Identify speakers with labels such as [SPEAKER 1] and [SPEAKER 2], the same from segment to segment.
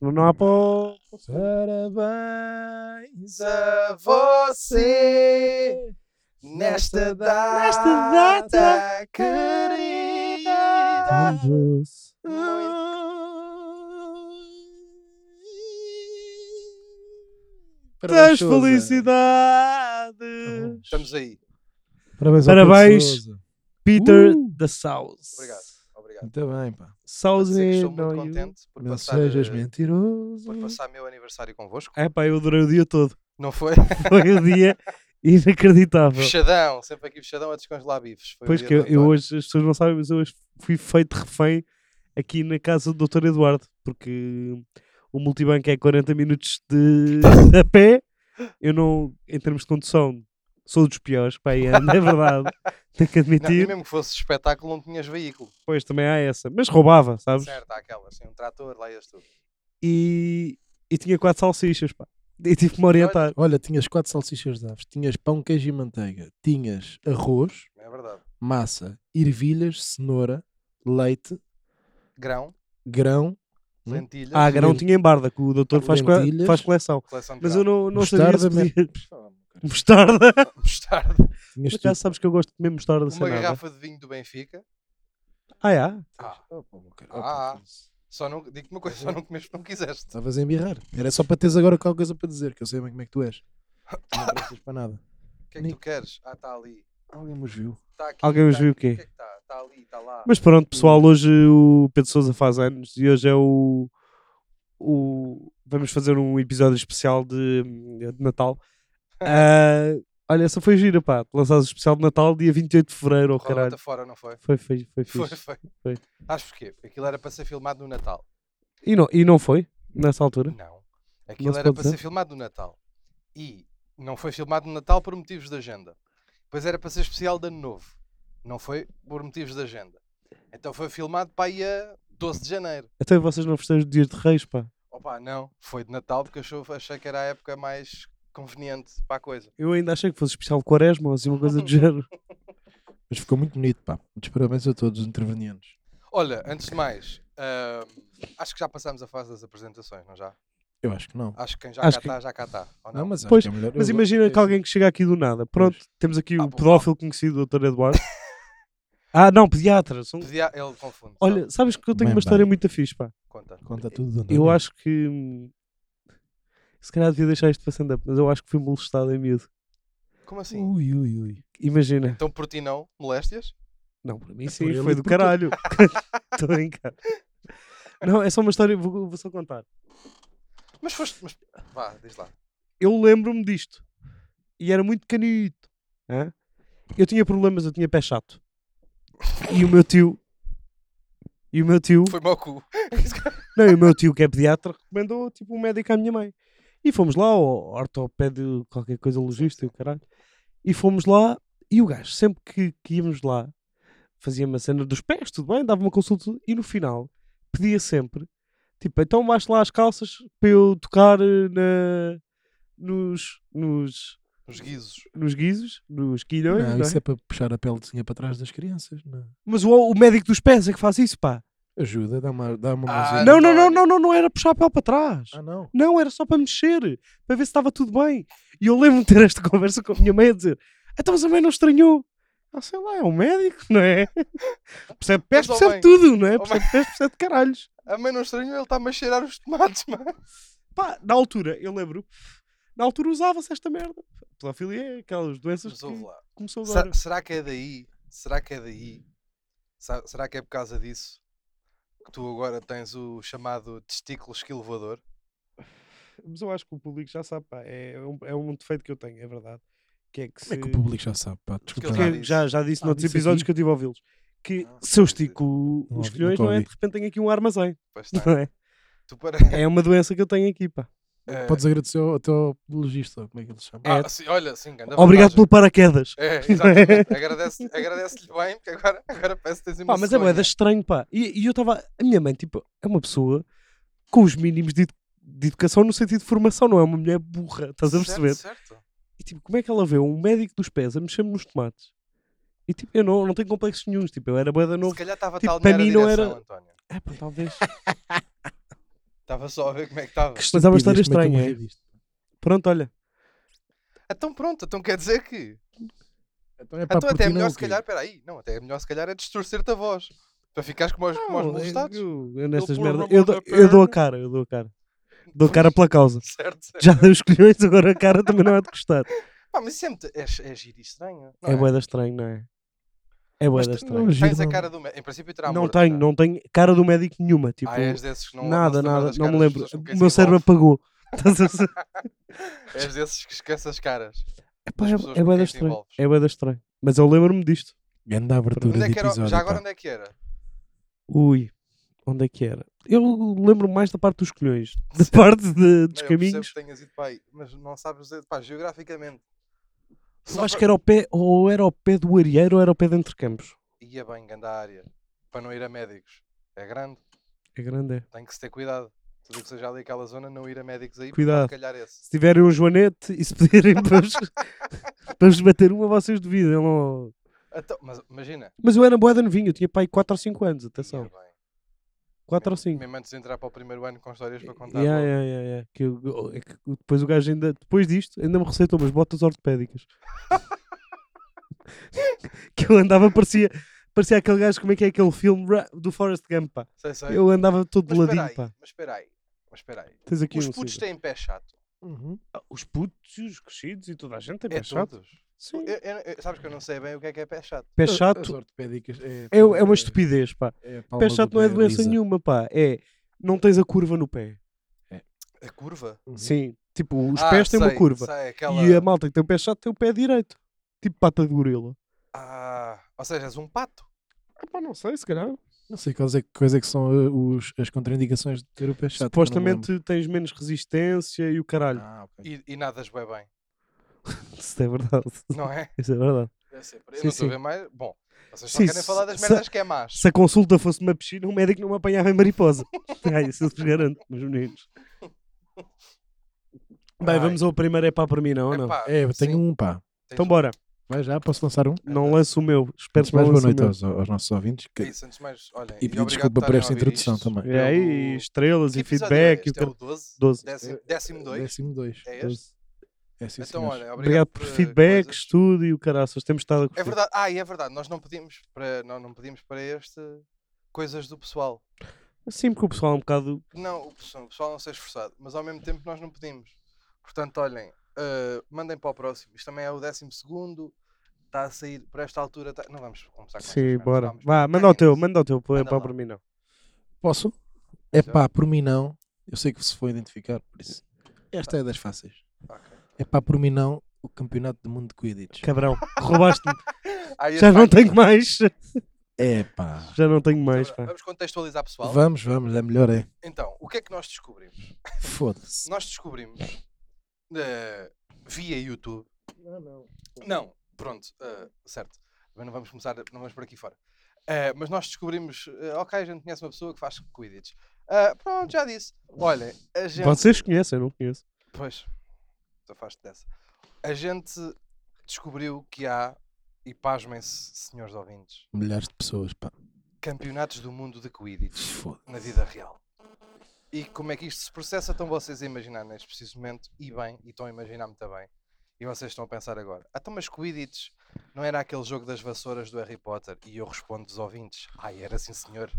[SPEAKER 1] Não há pó.
[SPEAKER 2] Parabéns a você nesta data,
[SPEAKER 1] Nesta data
[SPEAKER 2] querida.
[SPEAKER 1] doce.
[SPEAKER 2] Parabéns,
[SPEAKER 1] Das
[SPEAKER 2] Sousa.
[SPEAKER 1] felicidades.
[SPEAKER 2] Estamos aí.
[SPEAKER 3] Parabéns,
[SPEAKER 1] Parabéns.
[SPEAKER 3] Pedro Sousa.
[SPEAKER 1] Peter
[SPEAKER 3] Uh.
[SPEAKER 1] the South.
[SPEAKER 2] Obrigado. Obrigado.
[SPEAKER 3] Muito bem, pá.
[SPEAKER 1] South
[SPEAKER 2] Dizer que estou
[SPEAKER 1] in
[SPEAKER 2] muito
[SPEAKER 1] you.
[SPEAKER 2] contente por
[SPEAKER 3] Não
[SPEAKER 2] passar,
[SPEAKER 3] sejas
[SPEAKER 2] eh,
[SPEAKER 3] mentiroso.
[SPEAKER 2] por passar meu aniversário convosco.
[SPEAKER 1] É pá, eu adorei o dia todo.
[SPEAKER 2] Não foi?
[SPEAKER 1] Foi um dia inacreditável.
[SPEAKER 2] Fechadão, sempre aqui fechadão a descongelar bifes. Foi o
[SPEAKER 1] Pois
[SPEAKER 2] dia
[SPEAKER 1] que eu,
[SPEAKER 2] do
[SPEAKER 1] eu
[SPEAKER 2] António.
[SPEAKER 1] hoje, as pessoas não sabem, mas eu hoje fui feito refém aqui na casa do Dr. Eduardo, porque o multibanco é 40 minutos de a pé. Eu não, em termos de condução, sou dos piores, pá, e ando, é verdade. Tenho que
[SPEAKER 2] Não, e
[SPEAKER 1] admitir.
[SPEAKER 2] mesmo que fosse espetáculo, não tinhas veículo.
[SPEAKER 1] Pois também há essa. Mas roubava, sabes?
[SPEAKER 2] Certo, há aquelas, assim, um trator, lá ias tu.
[SPEAKER 1] E, e tinha quatro salsichas, pá. E tive que me orientar.
[SPEAKER 3] Olha, tinhas quatro salsichas de aves, tinhas pão, queijo e manteiga, tinhas arroz,
[SPEAKER 2] É verdade.
[SPEAKER 3] massa, ervilhas, cenoura, leite,
[SPEAKER 2] Grão,
[SPEAKER 3] grão, Hum?
[SPEAKER 2] lentilhas,
[SPEAKER 1] Ah, agora não tinha em barda, que o doutor faz, co-
[SPEAKER 3] Lentilhas.
[SPEAKER 1] faz coleção.
[SPEAKER 2] coleção de
[SPEAKER 1] Mas
[SPEAKER 2] grão.
[SPEAKER 1] eu não, não sabia se
[SPEAKER 3] Mostarda, mer-
[SPEAKER 1] podia...
[SPEAKER 2] Não...
[SPEAKER 1] Mostarda?
[SPEAKER 2] Mostarda.
[SPEAKER 3] tinhas
[SPEAKER 1] Por
[SPEAKER 3] tudo.
[SPEAKER 1] acaso sabes que eu gosto de comer mostarda sem
[SPEAKER 2] Uma
[SPEAKER 1] nada.
[SPEAKER 2] garrafa de vinho do Benfica.
[SPEAKER 1] Ah, é?
[SPEAKER 2] Ah,
[SPEAKER 3] Opa, meu caro,
[SPEAKER 2] Ah.
[SPEAKER 3] opa, foda-se.
[SPEAKER 2] só não, digo-te uma coisa, só não comeste porque não quiseste.
[SPEAKER 3] Estavas a embirrar. Era só para teres agora qualquer coisa para dizer, que eu sei bem como é que tu és. Não prestas para nada.
[SPEAKER 2] O que é que
[SPEAKER 3] Nem-
[SPEAKER 2] tu queres? Ah, está ali.
[SPEAKER 3] Alguém nos viu.
[SPEAKER 2] Está aqui.
[SPEAKER 1] Alguém
[SPEAKER 2] está
[SPEAKER 1] os viu
[SPEAKER 2] aqui.
[SPEAKER 1] o quê?
[SPEAKER 2] O que é que está? Está ali, está lá.
[SPEAKER 1] Mas pronto, pessoal, hoje o Pedro Sousa faz anos e hoje é o. o vamos fazer um episódio especial de, de Natal. Ah, olha, essa foi gira, pá. Lançaste o especial de Natal dia 28 de fevereiro, oh,
[SPEAKER 2] Rolou
[SPEAKER 1] caralho.
[SPEAKER 2] até fora, não foi?
[SPEAKER 1] Foi, foi, foi
[SPEAKER 2] Foi,
[SPEAKER 1] fixe.
[SPEAKER 2] foi.
[SPEAKER 1] Foi.
[SPEAKER 2] Acho porquê? Porque aquilo era para ser filmado no Natal.
[SPEAKER 1] E não, e não foi, nessa altura.
[SPEAKER 2] Não. Aquilo
[SPEAKER 1] Hum? se
[SPEAKER 2] era
[SPEAKER 1] pode
[SPEAKER 2] para
[SPEAKER 1] dizer?
[SPEAKER 2] ser filmado no Natal. E não foi filmado no Natal por motivos de agenda. Pois era para ser especial de Ano Novo. Não foi por motivos de agenda. Então foi filmado para aí a 12 de janeiro.
[SPEAKER 1] Até vocês não festejaram o Dias de Reis, pá.
[SPEAKER 2] Opa, não. Foi de Natal porque achou, achei que era a época mais conveniente para a coisa.
[SPEAKER 1] Eu ainda achei que fosse especial de Quaresma ou assim, uma coisa do género.
[SPEAKER 3] Mas ficou muito bonito, pá. Muitos parabéns a todos os intervenientes.
[SPEAKER 2] Olha, antes de mais, ahm, acho que já passámos a fase das apresentações, não já?
[SPEAKER 3] Eu acho que não.
[SPEAKER 2] Acho que quem já
[SPEAKER 1] Acho
[SPEAKER 2] cá
[SPEAKER 1] que-
[SPEAKER 2] está, já cá está. Ou
[SPEAKER 3] Não,
[SPEAKER 2] Ah, não?
[SPEAKER 3] mas acho
[SPEAKER 1] Pois,
[SPEAKER 3] que é melhor.
[SPEAKER 1] Mas
[SPEAKER 3] Eu-
[SPEAKER 1] imagina
[SPEAKER 3] eu-
[SPEAKER 1] que alguém que chega aqui do nada. Pronto, temos aqui
[SPEAKER 2] Ah,
[SPEAKER 1] o
[SPEAKER 2] bom.
[SPEAKER 1] pedófilo conhecido, Dr. Eduardo. ah, não, pediatra. São
[SPEAKER 2] Podia- Ele confunde.
[SPEAKER 1] Olha, sabes que eu tenho
[SPEAKER 3] Bem,
[SPEAKER 1] uma história
[SPEAKER 3] bem.
[SPEAKER 1] muito fixe, pá.
[SPEAKER 2] Conta.
[SPEAKER 3] Conta tudo. é António.
[SPEAKER 1] Eu acho que. hum, Se calhar devia deixar isto para stand-up, mas eu acho que fui molestado em miúdo.
[SPEAKER 2] Como assim?
[SPEAKER 1] Hum.
[SPEAKER 3] Ui, ui, ui.
[SPEAKER 1] Imagina.
[SPEAKER 2] Então por ti não? Moléstias?
[SPEAKER 1] Não, para mim
[SPEAKER 3] É
[SPEAKER 1] sim,
[SPEAKER 3] por ele
[SPEAKER 1] foi
[SPEAKER 3] e
[SPEAKER 1] do
[SPEAKER 3] por tu.
[SPEAKER 1] caralho. Estou a brincar. Não, é só uma história, vou, vou só contar.
[SPEAKER 2] Mas foste. Mas... Vá, diz lá.
[SPEAKER 1] Eu lembro-me disto. E era muito canito. hã? Eu tinha problemas, eu tinha pé chato. E o meu tio. E o meu tio.
[SPEAKER 2] Foi mau cu.
[SPEAKER 1] Não, e o meu tio, que é pediatra, recomendou tipo um médico à minha mãe. E fomos lá, ao ortopédio, qualquer coisa, logista e o caralho. E fomos lá, e o gajo, sempre que, que íamos lá, fazia uma cena dos pés, tudo bem, dava uma consulta, e no final, pedia sempre, tipo, então baixa lá as calças para eu tocar eh, na, nos, nos,
[SPEAKER 2] Os guizos.
[SPEAKER 1] nos guizos, nos quilhões,
[SPEAKER 3] Não,
[SPEAKER 1] não é?
[SPEAKER 3] isso é para puxar a pelezinha para trás das crianças. Não. é?
[SPEAKER 1] Mas o, o médico dos pés é que faz isso, pá.
[SPEAKER 3] Ajuda, dá uma, dá uma
[SPEAKER 2] Ah,
[SPEAKER 3] mãozinha.
[SPEAKER 1] Não, não, não,
[SPEAKER 2] António.
[SPEAKER 1] não, não, não era puxar a pele para trás.
[SPEAKER 3] Ah, não.
[SPEAKER 1] Não, era só para mexer, para ver se estava tudo bem. E eu lembro-me de ter esta conversa com a minha mãe a dizer: Então, mas a mãe não estranhou. Ah, sei lá, é um médico, não é? Percebe pés,
[SPEAKER 2] Mas, oh, ó
[SPEAKER 1] percebe
[SPEAKER 2] bem,
[SPEAKER 1] tudo, não é?
[SPEAKER 2] ó
[SPEAKER 1] Percebe pés, percebe de caralhos.
[SPEAKER 2] A mãe não estranhou, ele está-me a cheirar os tomates, mano.
[SPEAKER 1] Pá, na altura, eu lembro, na altura usava-se esta merda. Pedofilia é aquelas doenças
[SPEAKER 2] Mas
[SPEAKER 1] que
[SPEAKER 2] ouve lá.
[SPEAKER 1] começou
[SPEAKER 2] Sa-
[SPEAKER 1] agora.
[SPEAKER 2] será que é daí? Será que é daí? Sa- será que é por causa disso que tu agora tens o chamado testículo esquilvador?
[SPEAKER 1] Mas eu acho que o público já sabe, pá, é um, é um defeito que eu tenho, é verdade. Que é que
[SPEAKER 3] Como é que
[SPEAKER 1] se-
[SPEAKER 3] o público já sabe, pá? Desculpa.
[SPEAKER 2] Porque
[SPEAKER 1] que
[SPEAKER 2] já
[SPEAKER 1] eu
[SPEAKER 2] disse.
[SPEAKER 1] já, já disse
[SPEAKER 3] Ah,
[SPEAKER 1] noutros
[SPEAKER 3] disse
[SPEAKER 1] episódios
[SPEAKER 3] aqui?
[SPEAKER 1] que eu estive a ouvi-los. Que
[SPEAKER 2] Ah,
[SPEAKER 1] se eu
[SPEAKER 2] pois é.
[SPEAKER 1] estico
[SPEAKER 3] Não
[SPEAKER 1] os
[SPEAKER 3] ouvi,
[SPEAKER 1] colhões,
[SPEAKER 3] nunca
[SPEAKER 1] não é?
[SPEAKER 3] ouvi.
[SPEAKER 1] De repente tenho aqui um armazém,
[SPEAKER 2] Pois está.
[SPEAKER 1] não é?
[SPEAKER 2] Tu para...
[SPEAKER 1] É uma doença que eu tenho aqui, pá.
[SPEAKER 2] É.
[SPEAKER 3] Podes agradecer ao teu legista, como é que ele se chama?
[SPEAKER 2] Ah, sim, olha, sim, ganda
[SPEAKER 1] Obrigado
[SPEAKER 2] vantagem.
[SPEAKER 1] pelo paraquedas.
[SPEAKER 2] É, exatamente. Agradece- Agradece-lhe bem, porque agora, agora parece que tens
[SPEAKER 1] Pá,
[SPEAKER 2] uma
[SPEAKER 1] mas é
[SPEAKER 2] cegonha.
[SPEAKER 1] boeda estranho, pá. E, e eu estava. A minha mãe, tipo, é uma pessoa com os mínimos de, edu- de educação no sentido de formação, não é uma mulher burra, estás a
[SPEAKER 2] Certo,
[SPEAKER 1] perceber?
[SPEAKER 2] certo.
[SPEAKER 1] E tipo, como é que ela vê um médico dos pés a mexer-me nos tomates? E tipo, eu não, não tenho complexos nenhum, tipo, eu era boeda
[SPEAKER 2] Se
[SPEAKER 1] novo.
[SPEAKER 2] calhar estava
[SPEAKER 1] Tipo,
[SPEAKER 2] tal
[SPEAKER 1] para
[SPEAKER 2] a
[SPEAKER 1] mim não
[SPEAKER 2] direção,
[SPEAKER 1] era-
[SPEAKER 2] António.
[SPEAKER 1] É, pá, talvez.
[SPEAKER 2] Estava só a ver como é que estava.
[SPEAKER 3] Que
[SPEAKER 1] Mas há uma
[SPEAKER 3] estupidez,
[SPEAKER 1] história
[SPEAKER 3] como é que eu
[SPEAKER 1] estranha,
[SPEAKER 3] morri
[SPEAKER 1] é?
[SPEAKER 3] disto?
[SPEAKER 1] Pronto, olha.
[SPEAKER 2] Então pronto, então quer dizer que.
[SPEAKER 3] Então, é pá,
[SPEAKER 2] Então até é
[SPEAKER 3] por ti não,
[SPEAKER 2] melhor
[SPEAKER 3] o
[SPEAKER 2] se
[SPEAKER 3] quê?
[SPEAKER 2] calhar, espera aí. Não, até é melhor se calhar é distorcer-te a voz. Para ficares como os, como os
[SPEAKER 1] Não, é
[SPEAKER 2] molestados.
[SPEAKER 1] eu, eu nestas
[SPEAKER 2] pôr uma
[SPEAKER 1] merdas.
[SPEAKER 2] mão
[SPEAKER 1] Eu,
[SPEAKER 2] na
[SPEAKER 1] dou- eu dou a
[SPEAKER 2] perna.
[SPEAKER 1] cara, eu dou a cara. Dou a cara pela causa.
[SPEAKER 2] Certo, certo.
[SPEAKER 1] Já dei os colhões, agora a cara também não há de gostar.
[SPEAKER 2] Pá, mas sempre é, é giro e estranho. não
[SPEAKER 1] É boeda estranho, não é? É
[SPEAKER 2] Mas
[SPEAKER 1] boeda
[SPEAKER 2] tu-
[SPEAKER 1] estranho.
[SPEAKER 3] não,
[SPEAKER 2] Tens a
[SPEAKER 3] Giro,
[SPEAKER 2] cara do médico. Em princípio terá
[SPEAKER 1] Não
[SPEAKER 2] morto,
[SPEAKER 1] tenho,
[SPEAKER 2] já.
[SPEAKER 1] não tenho cara do médico nenhuma. Tipo,
[SPEAKER 2] Ah, és desses que não
[SPEAKER 1] nada,
[SPEAKER 2] não se lembra
[SPEAKER 1] nada,
[SPEAKER 2] das
[SPEAKER 1] não me
[SPEAKER 2] caras das
[SPEAKER 1] lembro.
[SPEAKER 2] pessoas com quem
[SPEAKER 1] O
[SPEAKER 2] se
[SPEAKER 1] meu cérebro apagou.
[SPEAKER 2] envolve.
[SPEAKER 1] Estás a ver?
[SPEAKER 2] És desses que esquece as caras.
[SPEAKER 1] Epá,
[SPEAKER 2] das
[SPEAKER 1] é-
[SPEAKER 2] pessoas
[SPEAKER 1] é
[SPEAKER 2] com
[SPEAKER 1] boeda
[SPEAKER 2] quem te
[SPEAKER 1] estranho.
[SPEAKER 2] envolves.
[SPEAKER 1] É boeda estranho. Mas eu lembro-me disto.
[SPEAKER 3] Grande abertura
[SPEAKER 2] Onde é
[SPEAKER 3] de
[SPEAKER 2] que era-
[SPEAKER 3] episódio.
[SPEAKER 2] já agora
[SPEAKER 3] pá.
[SPEAKER 2] onde é que era?
[SPEAKER 1] Ui, onde é que era? Eu lembro mais da parte dos colhões, da parte de- dos
[SPEAKER 2] Não, eu percebo
[SPEAKER 1] caminhos.
[SPEAKER 2] que tenhas ido para aí, mas não sabes dizer, pá, geograficamente.
[SPEAKER 1] Eu acho que é era ao pé, ou era ao pé do Arieiro ou era ao pé de Entrecampos.
[SPEAKER 2] Ia bem, grande a área. Para não ir a médicos. É grande,
[SPEAKER 1] É grande, é.
[SPEAKER 2] tem que se ter cuidado. Tudo que seja ali aquela zona, não ir a médicos aí,
[SPEAKER 1] Cuidado.
[SPEAKER 2] porque pode calhar esse.
[SPEAKER 1] Se tiverem um joanete e se pedirem para vos, para vos bater uma, vocês duvidam. não-
[SPEAKER 2] Então, mas imagina.
[SPEAKER 1] Mas eu era boeda novinho, eu tinha pai 4 ou 5 anos, atenção.
[SPEAKER 2] ia bem.
[SPEAKER 1] 4 ou 5.
[SPEAKER 2] Mesmo antes de entrar para o primeiro ano com histórias para contar.
[SPEAKER 1] Yeah,
[SPEAKER 2] logo.
[SPEAKER 1] yeah, yeah, yeah. Que eu- é que depois o gajo ainda, depois disto, ainda me receitou umas botas ortopédicas. que eu andava, parecia, parecia aquele gajo, como é que é aquele filme Ra- do Forrest Gump, pá.
[SPEAKER 2] Sei, sei.
[SPEAKER 1] Eu andava todo de
[SPEAKER 2] mas espera
[SPEAKER 1] ladinho,
[SPEAKER 2] aí,
[SPEAKER 1] pá.
[SPEAKER 2] mas espera aí. Mas espera aí.
[SPEAKER 1] Tens aqui
[SPEAKER 2] Os
[SPEAKER 1] um
[SPEAKER 2] putos
[SPEAKER 1] cinza.
[SPEAKER 2] têm pé chato.
[SPEAKER 3] Uhum.
[SPEAKER 1] Ah, Os putos, os crescidos e toda a gente tem
[SPEAKER 2] É
[SPEAKER 1] pé chato.
[SPEAKER 2] todos. Eu-
[SPEAKER 1] Sim.
[SPEAKER 2] eu- eu- sabes que eu não sei bem o que é que é pé chato.
[SPEAKER 1] Pé
[SPEAKER 3] As- as
[SPEAKER 1] chato
[SPEAKER 3] ortopédicas é,
[SPEAKER 1] é, é uma estupidez, pá.
[SPEAKER 3] é a palma
[SPEAKER 1] Pé
[SPEAKER 3] do
[SPEAKER 1] chato não é
[SPEAKER 3] pé
[SPEAKER 1] doença
[SPEAKER 3] lisa.
[SPEAKER 1] nenhuma, pá. É, não tens a curva no pé.
[SPEAKER 2] A curva?
[SPEAKER 3] Uhum.
[SPEAKER 1] Sim. Tipo, os
[SPEAKER 2] Ah,
[SPEAKER 1] pés têm uma
[SPEAKER 2] sei,
[SPEAKER 1] curva.
[SPEAKER 2] sei, aquela-
[SPEAKER 1] E a malta que tem o pé chato tem o pé direito. Tipo pata de gorila.
[SPEAKER 2] Ah, ou seja, és um pato.
[SPEAKER 1] Ah, pá, não sei, se calhar.
[SPEAKER 3] Não sei quais é, que- quais é que são eh, os, as contraindicações de ter o pé chato. que eu não me lembro.
[SPEAKER 1] Supostamente tens menos resistência e o caralho.
[SPEAKER 3] Ah, ok.
[SPEAKER 2] E, e nadas bem bem,
[SPEAKER 1] Isso é verdade.
[SPEAKER 2] não é?
[SPEAKER 1] Isso é verdade.
[SPEAKER 2] Deve ser. por aí.
[SPEAKER 1] Sim,
[SPEAKER 2] não estou a
[SPEAKER 1] sim.
[SPEAKER 2] ver mais. Bom, vocês só
[SPEAKER 1] Sim,
[SPEAKER 2] querem
[SPEAKER 1] se-
[SPEAKER 2] falar das
[SPEAKER 1] se-
[SPEAKER 2] merdas que é más.
[SPEAKER 1] Se a consulta fosse uma piscina, o médico não me apanhava em mariposa. ah, isso eu vos garanto, meus meninos. Bem,
[SPEAKER 2] Ai.
[SPEAKER 1] vamos ao primeiro é pá para mim, não? ou não?
[SPEAKER 2] Epá,
[SPEAKER 3] É, eu
[SPEAKER 2] sim,
[SPEAKER 3] tenho um pá.
[SPEAKER 2] tens
[SPEAKER 1] Então
[SPEAKER 2] um-
[SPEAKER 1] bora.
[SPEAKER 3] Vai já, posso lançar um?
[SPEAKER 1] Não lanço o meu. Espero
[SPEAKER 3] Antes
[SPEAKER 1] que não
[SPEAKER 3] mais boa
[SPEAKER 1] lance o
[SPEAKER 3] noite
[SPEAKER 1] meu.
[SPEAKER 3] aos, aos nossos ouvintes.
[SPEAKER 2] É
[SPEAKER 3] que-
[SPEAKER 2] isso, antes de mais, olhem,
[SPEAKER 3] e pedir
[SPEAKER 2] obrigado
[SPEAKER 3] desculpa
[SPEAKER 2] por
[SPEAKER 3] por
[SPEAKER 2] estarem a
[SPEAKER 3] esta
[SPEAKER 2] ouvir
[SPEAKER 3] introdução
[SPEAKER 2] isto.
[SPEAKER 3] também.
[SPEAKER 1] E É aí,
[SPEAKER 2] Pelo-
[SPEAKER 1] estrelas
[SPEAKER 2] Que
[SPEAKER 1] e
[SPEAKER 2] episódio é
[SPEAKER 1] feedback. e
[SPEAKER 2] este?
[SPEAKER 1] o
[SPEAKER 2] É
[SPEAKER 1] car-
[SPEAKER 2] o 12?
[SPEAKER 1] Doze. É,
[SPEAKER 2] Décimo, décimo dois?
[SPEAKER 3] Décimo dois.
[SPEAKER 2] É este?
[SPEAKER 3] Doze. É sim,
[SPEAKER 2] Então,
[SPEAKER 3] senhores.
[SPEAKER 2] olha,
[SPEAKER 1] Obrigado por
[SPEAKER 2] eh,
[SPEAKER 1] feedback,
[SPEAKER 2] coisas.
[SPEAKER 1] estudo e o caraças. Temos estado a curtir.
[SPEAKER 2] É verdade, ah, e é verdade, nós não pedimos para, nós não pedimos para este coisas do pessoal.
[SPEAKER 1] Sim, porque o pessoal é um bocado.
[SPEAKER 2] Não, o pessoal, o pessoal não se é esforçado, mas ao mesmo tempo nós não pedimos. Portanto, olhem, eh, mandem para o próximo. Isto também é o décimo segundo, está a sair por esta altura. tá- Não vamos começar com estas
[SPEAKER 1] Sim,
[SPEAKER 2] merdas,
[SPEAKER 1] bora.
[SPEAKER 2] vamos-
[SPEAKER 1] Vá, manda o teu,
[SPEAKER 2] Caguem-se.
[SPEAKER 1] manda o teu. Põe
[SPEAKER 2] Manda
[SPEAKER 1] para
[SPEAKER 2] lá.
[SPEAKER 1] para mim, não.
[SPEAKER 3] Posso? É pá, por mim não. Eu sei que se foi identificar, por isso. Esta é das fáceis.
[SPEAKER 2] Ok.
[SPEAKER 3] É pá, por mim não. O campeonato do mundo de Quidditch.
[SPEAKER 1] Cabrão, roubaste-me.
[SPEAKER 2] Ah, e
[SPEAKER 1] Já
[SPEAKER 2] esse
[SPEAKER 1] não
[SPEAKER 2] vai-
[SPEAKER 1] tenho mais.
[SPEAKER 3] É pá.
[SPEAKER 1] Já não tenho mais,
[SPEAKER 2] Então,
[SPEAKER 1] pá.
[SPEAKER 2] Vamos contextualizar, pessoal.
[SPEAKER 3] Vamos, vamos, é melhor, é.
[SPEAKER 2] Então, o que é que nós descobrimos?
[SPEAKER 3] Foda-se.
[SPEAKER 2] Nós descobrimos eh, via YouTube. Não, pronto, eh, certo. Mas não vamos começar, não vamos por aqui fora. Eh, mas nós descobrimos, eh, ok, a gente conhece uma pessoa que faz Quidditch. Eh, pronto, já disse. Olhem, a gente.
[SPEAKER 1] Vocês conhecem, eu não conheço.
[SPEAKER 2] Pois, afaste dessa. A gente descobriu que há, e pasmem-se, senhores ouvintes,
[SPEAKER 3] Milhares de pessoas, pá.
[SPEAKER 2] campeonatos do mundo de Quidditch
[SPEAKER 3] Foda-se.
[SPEAKER 2] na vida real. E como é que isto se processa? Estão vocês a imaginar neste preciso momento, e bem, e estão a imaginar muito bem. E vocês estão a pensar agora, ah, então, mas Quidditch não era aquele jogo das vassouras do Harry Potter? E eu respondo dos ouvintes, ai, era sim senhor.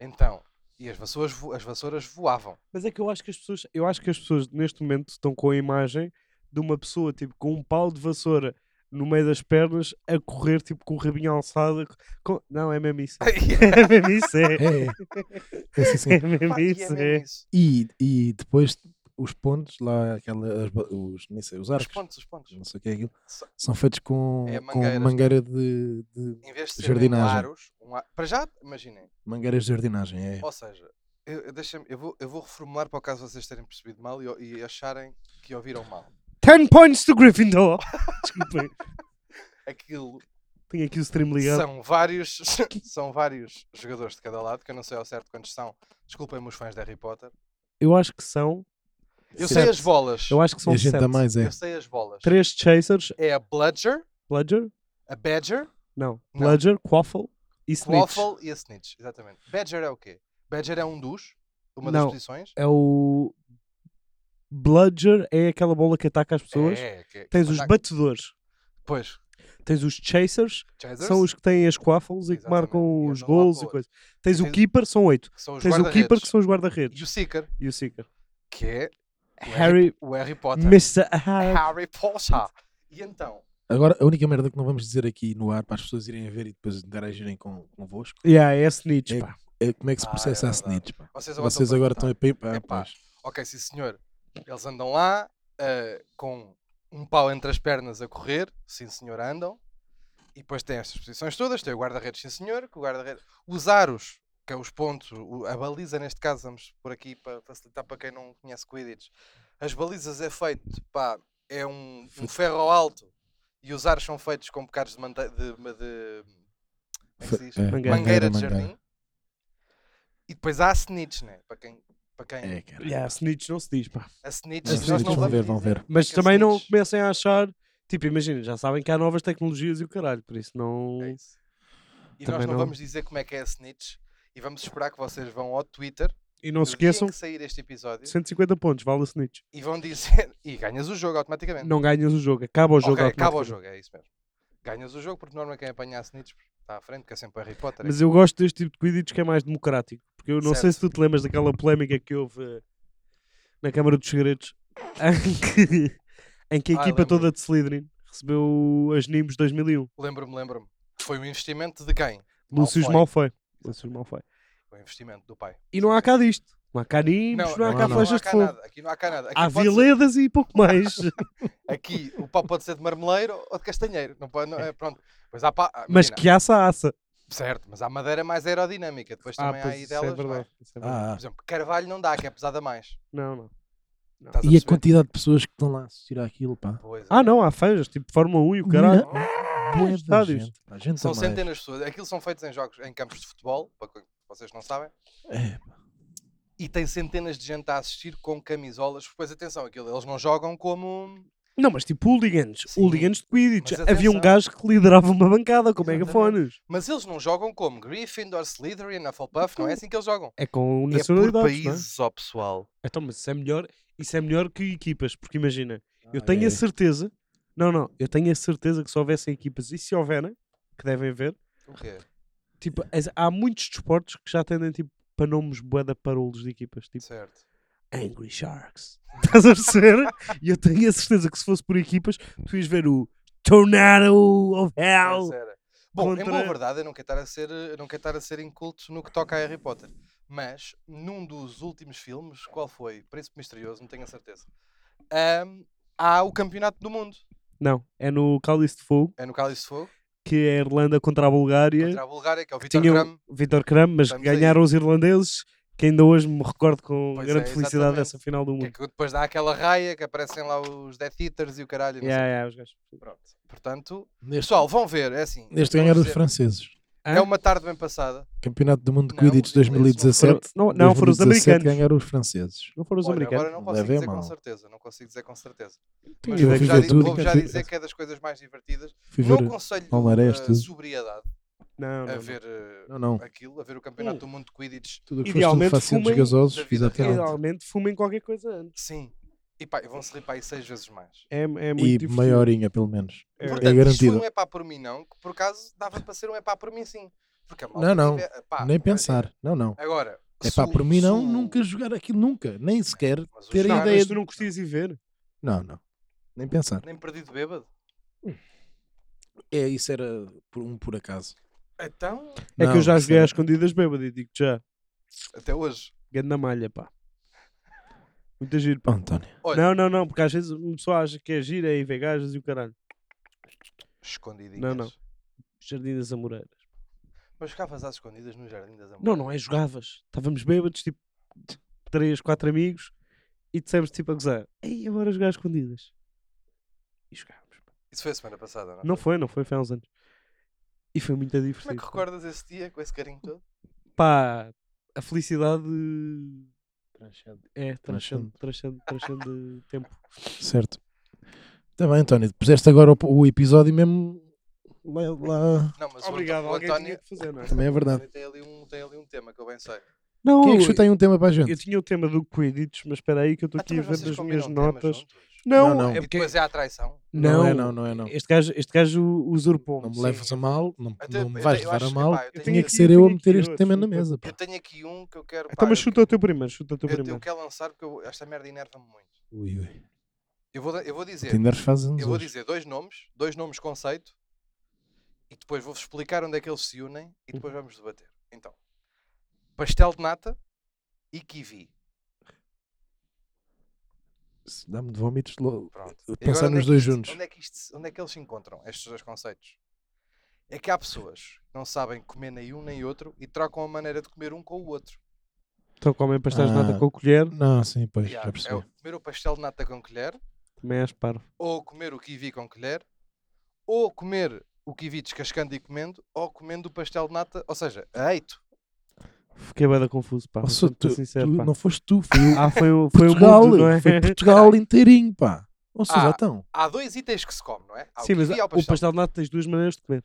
[SPEAKER 2] Então, e as vassouras, vo- as vassouras voavam.
[SPEAKER 1] Mas é que eu acho que as pessoas, eu acho que as pessoas neste momento estão com a imagem de uma pessoa tipo com um pau de vassoura no meio das pernas a correr tipo com o rabinho alçado. com- Não, é mesmo isso. É mesmo isso, é.
[SPEAKER 3] É, é. É sim,
[SPEAKER 1] É
[SPEAKER 3] senhor.
[SPEAKER 1] mesmo
[SPEAKER 2] Pá, e
[SPEAKER 1] isso, é.
[SPEAKER 2] é mesmo isso.
[SPEAKER 3] E, e depois os pontos, lá aquela, as ba- os, nem sei, os
[SPEAKER 2] Os
[SPEAKER 3] arcos,
[SPEAKER 2] pontos, os pontos.
[SPEAKER 3] não sei o que é aquilo,
[SPEAKER 2] Só-
[SPEAKER 3] são feitos com,
[SPEAKER 2] É
[SPEAKER 3] com
[SPEAKER 2] mangueiras.
[SPEAKER 3] mangueira de, de-
[SPEAKER 2] Em vez de serem
[SPEAKER 3] Jardinagem.
[SPEAKER 2] aros, um ar... para já, imaginem,
[SPEAKER 3] mangueiras de jardinagem. É.
[SPEAKER 2] Ou seja, eu, eu, deixa-me- eu, vou, eu vou reformular para o caso vocês terem percebido mal e, e acharem que ouviram mal.
[SPEAKER 1] 10 points to Gryffindor. Desculpem.
[SPEAKER 2] Aquilo
[SPEAKER 1] Tenho aqui o stream ligado.
[SPEAKER 2] são vários, são vários jogadores de cada lado, que eu não sei ao certo quantos são. Desculpem-me os fãs de Harry Potter.
[SPEAKER 1] Eu acho que são.
[SPEAKER 2] Eu
[SPEAKER 1] Sete.
[SPEAKER 2] sei as bolas.
[SPEAKER 1] Eu acho que são
[SPEAKER 3] E a gente
[SPEAKER 1] sete.
[SPEAKER 3] a mais é.
[SPEAKER 2] Eu sei as bolas.
[SPEAKER 1] Três chasers.
[SPEAKER 2] É a Bludger,
[SPEAKER 1] Ledger?
[SPEAKER 2] a Badger,
[SPEAKER 1] Não.
[SPEAKER 2] Não.
[SPEAKER 1] Ledger, Quaffle e Snitch.
[SPEAKER 2] Quaffle e a Snitch. Exatamente. Badger é o quê? Badger é um dos. Uma
[SPEAKER 1] Não.
[SPEAKER 2] das posições?
[SPEAKER 1] É o. Bludger é aquela bola que ataca as pessoas.
[SPEAKER 2] É, que- que
[SPEAKER 1] Tens os
[SPEAKER 2] ataca-
[SPEAKER 1] batedores,
[SPEAKER 2] Pois,
[SPEAKER 1] tens os chasers,
[SPEAKER 2] Chasers,
[SPEAKER 1] são os que têm as quaffles e que
[SPEAKER 2] Exatamente.
[SPEAKER 1] marcam
[SPEAKER 2] E
[SPEAKER 1] os
[SPEAKER 2] andam de um lado
[SPEAKER 1] gols
[SPEAKER 2] para
[SPEAKER 1] e
[SPEAKER 2] o
[SPEAKER 1] coisas. Tens o
[SPEAKER 2] Tens-
[SPEAKER 1] keeper, são oito.
[SPEAKER 2] são os
[SPEAKER 1] Tens o keeper, que
[SPEAKER 2] guarda-redes.
[SPEAKER 1] são os
[SPEAKER 2] E
[SPEAKER 1] guarda-redes.
[SPEAKER 2] o Seeker,
[SPEAKER 1] E o seeker.
[SPEAKER 2] que é tipo, o
[SPEAKER 1] Harry,
[SPEAKER 2] o Harry Potter.
[SPEAKER 1] Mr. Harry.
[SPEAKER 2] Harry Potter. E então,
[SPEAKER 3] Agora, a única merda que não vamos dizer aqui no ar para as pessoas irem a ver e depois interagirem com, convosco
[SPEAKER 1] Yeah, é Snitch, pá.
[SPEAKER 3] é como é que se
[SPEAKER 2] Ah,
[SPEAKER 3] processa
[SPEAKER 2] é
[SPEAKER 3] a
[SPEAKER 2] verdade.
[SPEAKER 3] Snitch. pá.
[SPEAKER 2] vocês agora,
[SPEAKER 3] Vocês
[SPEAKER 2] a
[SPEAKER 3] agora
[SPEAKER 2] perguntar.
[SPEAKER 3] estão a peitar.
[SPEAKER 2] Epá, Ok, sim senhor. Eles andam lá ah, com um pau entre as pernas a correr, sim senhor, andam. E depois tem estas posições todas, tem o guarda-redes, sim senhor, que o guarda-redes. Os aros, que é os pontos, o- a baliza neste caso, vamos por aqui para facilitar para quem não conhece Quidditch. As balizas é feito, pá, é um, um ferro alto e os aros são feitos com bocados de, manta- de, de- como é que se diz?
[SPEAKER 1] Mangueira.
[SPEAKER 2] mangueira de jardim. E depois há a snitch, né? Para quem, para quem
[SPEAKER 3] É, cara.
[SPEAKER 1] Yeah, Snitch não se diz, pá.
[SPEAKER 2] a Snitch,
[SPEAKER 1] Mas
[SPEAKER 2] nós
[SPEAKER 1] Snitch,
[SPEAKER 2] não
[SPEAKER 1] vão
[SPEAKER 3] ver,
[SPEAKER 2] vamos
[SPEAKER 3] vão
[SPEAKER 2] dizer
[SPEAKER 3] ver.
[SPEAKER 1] Mas
[SPEAKER 2] que é
[SPEAKER 1] também não
[SPEAKER 2] Snitch.
[SPEAKER 1] comecem a achar. Tipo, imagina, já sabem que há novas tecnologias e o caralho, por isso não.
[SPEAKER 2] É isso. E
[SPEAKER 1] Uhum. Também
[SPEAKER 2] nós não,
[SPEAKER 1] não-
[SPEAKER 2] vamos dizer como é que é a Snitch e vamos esperar que vocês vão ao Twitter.
[SPEAKER 1] E não
[SPEAKER 2] no
[SPEAKER 1] se
[SPEAKER 2] dia em
[SPEAKER 1] esqueçam,
[SPEAKER 2] que sair este episódio
[SPEAKER 1] 150 pontos, vale a Snitch.
[SPEAKER 2] e vão dizer. E ganhas o jogo automaticamente.
[SPEAKER 1] Não ganhas o jogo, acaba o jogo.
[SPEAKER 2] Ok, acaba o
[SPEAKER 1] automaticamente.
[SPEAKER 2] jogo, é isso mesmo. Ganhas o jogo porque normalmente quem apanha a Snitch está à frente, que é sempre o Harry Potter.
[SPEAKER 1] Mas eu gosto deste tipo de Quidditch que é mais democrático. Porque eu não sei
[SPEAKER 2] Certo.
[SPEAKER 1] se tu te lembras daquela polémica que houve eh, na Câmara dos Segredos em que, em que a
[SPEAKER 2] Ah,
[SPEAKER 1] equipa
[SPEAKER 2] lembro-me.
[SPEAKER 1] toda de Slytherin recebeu as NIMBs 2001.
[SPEAKER 2] Lembro-me, lembro-me. Foi um investimento de quem?
[SPEAKER 1] Lúcius Malfoy. Lúcius Malfoy.
[SPEAKER 2] Foi um investimento do pai.
[SPEAKER 1] E não há cá disto. Não há cá
[SPEAKER 2] Não,
[SPEAKER 1] NIMBs, não, há
[SPEAKER 2] aqui
[SPEAKER 1] cá
[SPEAKER 3] não.
[SPEAKER 1] flechas de fogo.
[SPEAKER 2] nada. Aqui não há cá nada. Aqui
[SPEAKER 1] Há
[SPEAKER 2] pode ser-
[SPEAKER 1] viledas e pouco mais.
[SPEAKER 2] Aqui o pau pode ser de marmeleiro ou de castanheiro. Não pode, não- é, pronto. Pois há pá, ah,
[SPEAKER 1] mas
[SPEAKER 2] imagina,
[SPEAKER 1] que aça, aça.
[SPEAKER 2] Certo, mas há madeira mais aerodinâmica. Depois também há aí
[SPEAKER 1] isso é
[SPEAKER 2] delas. não é?
[SPEAKER 1] verdade. isso é verdade.
[SPEAKER 3] Ah,
[SPEAKER 2] Por exemplo, carvalho não dá, que é pesada mais.
[SPEAKER 1] Não, não.
[SPEAKER 2] Estás
[SPEAKER 3] e a
[SPEAKER 2] perceber?
[SPEAKER 3] quantidade de pessoas que estão lá a assistir àquilo, pá.
[SPEAKER 2] Pois é.
[SPEAKER 1] Ah, não, há feiras, tipo Fórmula 1 e o caralho.
[SPEAKER 3] Bué da
[SPEAKER 1] estádios.
[SPEAKER 3] gente, pá. Gente
[SPEAKER 2] São
[SPEAKER 3] a mais.
[SPEAKER 2] centenas de pessoas. Aquilo são feitos em jogos, em campos de futebol, para que vocês não sabem.
[SPEAKER 3] É, pá.
[SPEAKER 2] E tem centenas de gente a assistir com camisolas. Pois atenção, aquilo, eles não jogam como.
[SPEAKER 1] Não, mas tipo hooligans.
[SPEAKER 2] Sim.
[SPEAKER 1] Hooligans de Quidditch.
[SPEAKER 2] Mas
[SPEAKER 1] Havia um
[SPEAKER 2] atenção.
[SPEAKER 1] gajo que liderava uma bancada com
[SPEAKER 2] Exatamente.
[SPEAKER 1] megafones.
[SPEAKER 2] Mas eles não jogam como Gryffindor, Slytherin, Hufflepuff. Não é assim que eles jogam.
[SPEAKER 1] É com
[SPEAKER 2] É por
[SPEAKER 1] nacionalidades, não é?
[SPEAKER 2] países, ó pessoal.
[SPEAKER 1] Então, mas isso é melhor, isso é melhor que equipas, porque imagina, eu
[SPEAKER 3] Ah,
[SPEAKER 1] tenho
[SPEAKER 3] é.
[SPEAKER 1] a certeza, não, não, eu tenho a certeza que se houvessem equipas, e se houverem, que devem haver,
[SPEAKER 2] O quê?
[SPEAKER 1] tipo, as- há muitos desportos que já tendem, tipo, para nomes bué da parolos de equipas, tipo,
[SPEAKER 2] Certo.
[SPEAKER 1] Angry Sharks. Estás a perceber? E eu tenho a certeza que se fosse por equipas, tu ias ver o Tornado of Hell.
[SPEAKER 2] Pois era. Bom, em boa
[SPEAKER 1] contra-
[SPEAKER 2] verdade, eu não quero estar a ser, eu não quero estar a ser inculto no que toca a Harry Potter. Mas, num dos últimos filmes, qual foi? Príncipe Misterioso, não tenho a certeza. ahm, há o Campeonato do Mundo.
[SPEAKER 1] Não, é no Cálice de Fogo,
[SPEAKER 2] É no Cálice de Fogo,
[SPEAKER 1] que é a Irlanda contra a Bulgária.
[SPEAKER 2] contra a Bulgária, que é o
[SPEAKER 1] que
[SPEAKER 2] Vitor
[SPEAKER 1] tinha
[SPEAKER 2] Kram.
[SPEAKER 1] o Vitor Kram, mas
[SPEAKER 2] Estamos aí.
[SPEAKER 1] ganharam os irlandeses, que ainda hoje me recordo com
[SPEAKER 2] Pois
[SPEAKER 1] grande
[SPEAKER 2] é,
[SPEAKER 1] felicidade
[SPEAKER 2] exatamente.
[SPEAKER 1] dessa final do
[SPEAKER 2] Que, é
[SPEAKER 1] mundo.
[SPEAKER 2] que depois dá aquela raia que aparecem lá os Death Eaters e o caralho. não sei
[SPEAKER 1] Yeah,
[SPEAKER 2] o quê.
[SPEAKER 1] yeah, os gajos.
[SPEAKER 2] Pronto. Portanto,
[SPEAKER 3] Neste,
[SPEAKER 2] pessoal, vão ver. É assim.
[SPEAKER 3] neste
[SPEAKER 2] vamos
[SPEAKER 3] ganharam os
[SPEAKER 2] dizer,
[SPEAKER 3] franceses.
[SPEAKER 2] É uma tarde bem passada.
[SPEAKER 3] Campeonato do Mundo de
[SPEAKER 2] Não,
[SPEAKER 3] Quidditch
[SPEAKER 2] os ingleses não
[SPEAKER 1] Foram-
[SPEAKER 3] 2017.
[SPEAKER 1] não, não, foram os
[SPEAKER 3] 2017
[SPEAKER 1] americanos.
[SPEAKER 3] ganharam os franceses.
[SPEAKER 1] Não foram os
[SPEAKER 2] Olha,
[SPEAKER 1] americanos.
[SPEAKER 2] agora não
[SPEAKER 3] Não
[SPEAKER 2] consigo
[SPEAKER 3] deve
[SPEAKER 2] dizer
[SPEAKER 3] mal.
[SPEAKER 2] com certeza. Não consigo dizer com certeza.
[SPEAKER 1] Tenho
[SPEAKER 2] Mas
[SPEAKER 1] ideia
[SPEAKER 2] vou
[SPEAKER 1] que
[SPEAKER 3] fui
[SPEAKER 2] já,
[SPEAKER 1] foi.
[SPEAKER 3] ver
[SPEAKER 2] di-
[SPEAKER 3] tudo,
[SPEAKER 2] vou já
[SPEAKER 3] quer dizer-
[SPEAKER 2] dizer que é das coisas mais divertidas.
[SPEAKER 3] Fui
[SPEAKER 2] Não
[SPEAKER 3] ver-
[SPEAKER 2] aconselho
[SPEAKER 3] Palmarés,
[SPEAKER 2] a
[SPEAKER 3] é tudo.
[SPEAKER 2] sobriedade
[SPEAKER 1] Não,
[SPEAKER 2] a
[SPEAKER 1] não,
[SPEAKER 2] ver eh,
[SPEAKER 3] Não, não.
[SPEAKER 2] aquilo, a ver o campeonato do mundo de Quidditch.
[SPEAKER 3] Tudo o que foste
[SPEAKER 1] Idealmente
[SPEAKER 3] facientes
[SPEAKER 1] fumem
[SPEAKER 3] gasosos,
[SPEAKER 2] da
[SPEAKER 3] fiz
[SPEAKER 2] vida
[SPEAKER 1] não.
[SPEAKER 3] até ontem.
[SPEAKER 1] Idealmente fumem qualquer coisa antes.
[SPEAKER 2] Sim. E pá, e vão-se rir para aí seis vezes mais.
[SPEAKER 1] É, é muito
[SPEAKER 3] E
[SPEAKER 1] divertido.
[SPEAKER 3] meia horinha, pelo menos.
[SPEAKER 1] É.
[SPEAKER 2] Portanto, isto
[SPEAKER 3] garantido.
[SPEAKER 2] foi um é pá por mim não, que por acaso dava para ser um é pá por mim sim. Porque a malta
[SPEAKER 3] Não, não.
[SPEAKER 2] tiver- pá,
[SPEAKER 3] Nem
[SPEAKER 2] imagina.
[SPEAKER 3] pensar. Não, não.
[SPEAKER 2] Agora,
[SPEAKER 3] É
[SPEAKER 2] se
[SPEAKER 3] pá,
[SPEAKER 2] o-
[SPEAKER 3] por mim
[SPEAKER 2] se
[SPEAKER 3] não,
[SPEAKER 2] o-
[SPEAKER 3] nunca jogar aquilo, nunca. Nem sequer.
[SPEAKER 2] Mas os
[SPEAKER 3] ter
[SPEAKER 1] Não,
[SPEAKER 3] a
[SPEAKER 2] caras-
[SPEAKER 1] mas
[SPEAKER 3] ideia
[SPEAKER 1] tu
[SPEAKER 3] de-
[SPEAKER 1] não gostias de ver.
[SPEAKER 3] Não, não. Nem pensar.
[SPEAKER 2] Nem perdido bêbado.
[SPEAKER 3] É, isso era por um por acaso.
[SPEAKER 2] Então,
[SPEAKER 1] É que eu já joguei
[SPEAKER 3] sério.
[SPEAKER 1] às escondidas bêbado e digo já,
[SPEAKER 2] até hoje.
[SPEAKER 1] ganda malha, pá. Muito giro,
[SPEAKER 3] Pá,
[SPEAKER 1] pá.
[SPEAKER 3] António.
[SPEAKER 2] Olha.
[SPEAKER 1] Não, não, não, porque às vezes uma pessoa acha que é gira e vê gajas e o caralho.
[SPEAKER 2] Escondidinhas.
[SPEAKER 1] Não, não. Jardim das Amoreiras.
[SPEAKER 2] Mas ficavas às escondidas no Jardim das Amoras.
[SPEAKER 1] Não, não é jogavas. Estávamos bêbados, tipo, três, quatro amigos, e dissemos, tipo, a gozar. Ei, agora jogar às escondidas. E jogámos. pá.
[SPEAKER 2] Isso foi a semana passada, não? é?
[SPEAKER 1] Não foi, não foi, foi há uns anos. E foi muito divertido.
[SPEAKER 2] Como é que
[SPEAKER 1] pá.
[SPEAKER 2] recordas esse dia com esse carinho todo?
[SPEAKER 1] Pá, a felicidade é transcende, transcende, transcende tempo.
[SPEAKER 3] Certo. Está bem, António. Puseste agora o, o episódio mesmo lá. lá-
[SPEAKER 2] Não, mas o Anto-
[SPEAKER 1] Obrigado,
[SPEAKER 2] o
[SPEAKER 1] alguém
[SPEAKER 2] António,
[SPEAKER 1] tinha que fazer, não é?
[SPEAKER 3] Também é verdade.
[SPEAKER 2] Tem ali, um, tem ali um tema que eu bem sei.
[SPEAKER 1] Não,
[SPEAKER 3] Quem é que
[SPEAKER 1] eu,
[SPEAKER 3] chuta aí um tema para a gente?
[SPEAKER 1] eu tinha o tema do Quidditch, mas espera aí que eu estou
[SPEAKER 2] Ah,
[SPEAKER 1] aqui a
[SPEAKER 2] também
[SPEAKER 1] ver
[SPEAKER 2] vocês
[SPEAKER 1] as minhas
[SPEAKER 2] combinam temas
[SPEAKER 1] notas.
[SPEAKER 2] juntos?
[SPEAKER 1] Não,
[SPEAKER 3] Não, não.
[SPEAKER 1] é
[SPEAKER 2] E
[SPEAKER 1] porque...
[SPEAKER 2] depois é a traição.
[SPEAKER 1] Não,
[SPEAKER 3] é, não, não é, não.
[SPEAKER 1] Este gajo, este gajo usurpou-me.
[SPEAKER 3] Não me
[SPEAKER 1] sim.
[SPEAKER 3] levas a mal, não,
[SPEAKER 2] Até-
[SPEAKER 3] não me
[SPEAKER 2] eu-
[SPEAKER 3] vais
[SPEAKER 2] eu
[SPEAKER 3] levar a
[SPEAKER 2] acho-
[SPEAKER 3] mal.
[SPEAKER 2] epá, eu tenho
[SPEAKER 3] Tinha
[SPEAKER 1] aqui-
[SPEAKER 3] que ser eu
[SPEAKER 1] tenho
[SPEAKER 3] a meter
[SPEAKER 1] aqui
[SPEAKER 3] este
[SPEAKER 1] outro,
[SPEAKER 3] tema na
[SPEAKER 1] puta.
[SPEAKER 3] mesa. pá.
[SPEAKER 2] Eu tenho aqui um que eu quero. pá,
[SPEAKER 1] Então, mas
[SPEAKER 2] eu
[SPEAKER 1] chuta o teu primeiro, chuta o teu
[SPEAKER 2] eu, eu
[SPEAKER 1] primeiro.
[SPEAKER 2] quero lançar porque eu- esta merda enerva-me muito.
[SPEAKER 3] Ui, ui.
[SPEAKER 2] Eu vou, da- eu vou dizer,
[SPEAKER 3] Tinder faz anos
[SPEAKER 2] eu vou
[SPEAKER 3] hoje.
[SPEAKER 2] dizer dois nomes, dois nomes conceito, e depois vou-vos explicar onde é que eles se unem e
[SPEAKER 1] Uhum.
[SPEAKER 2] depois vamos debater. Então, pastel de nata e kiwi.
[SPEAKER 3] Se Dá-me de vómitos logo.
[SPEAKER 2] Pronto.
[SPEAKER 3] Eu
[SPEAKER 2] E agora
[SPEAKER 3] Pensar
[SPEAKER 2] onde é
[SPEAKER 3] nos
[SPEAKER 2] que
[SPEAKER 3] dois
[SPEAKER 2] isto-
[SPEAKER 3] juntos.
[SPEAKER 2] Onde é, que isto se- onde é que eles se encontram, estes dois conceitos? É que há pessoas que não sabem comer nem um nem outro e trocam a maneira de comer um com o outro.
[SPEAKER 1] Então comem pastéis de nata
[SPEAKER 3] Ah.
[SPEAKER 1] com colher,
[SPEAKER 3] Não, sim, pois,
[SPEAKER 2] E há-
[SPEAKER 3] já
[SPEAKER 2] é o-
[SPEAKER 3] percebi.
[SPEAKER 2] comer o pastel de nata com colher,
[SPEAKER 1] também és parvo.
[SPEAKER 2] ou comer o kiwi com colher, ou comer o kiwi descascando e comendo, ou comendo o pastel de nada, ou seja, a eito.
[SPEAKER 1] Fiquei bem confuso, pá.
[SPEAKER 3] Oh, sou
[SPEAKER 1] muito
[SPEAKER 3] tu-
[SPEAKER 1] sincero,
[SPEAKER 3] tu-
[SPEAKER 1] pá.
[SPEAKER 3] não foste tu, foi o
[SPEAKER 1] Ah, foi, o- foi o
[SPEAKER 3] Portugal.
[SPEAKER 1] mundo, não é?
[SPEAKER 3] Foi Portugal inteirinho, pá. Ou seja,
[SPEAKER 2] Ah,
[SPEAKER 3] então.
[SPEAKER 2] Há dois itens que se come, não é? Há
[SPEAKER 1] Sim,
[SPEAKER 2] o
[SPEAKER 1] mas
[SPEAKER 2] kiwi e há
[SPEAKER 1] o
[SPEAKER 2] o pastel.
[SPEAKER 1] pastel de nata tens duas maneiras de comer.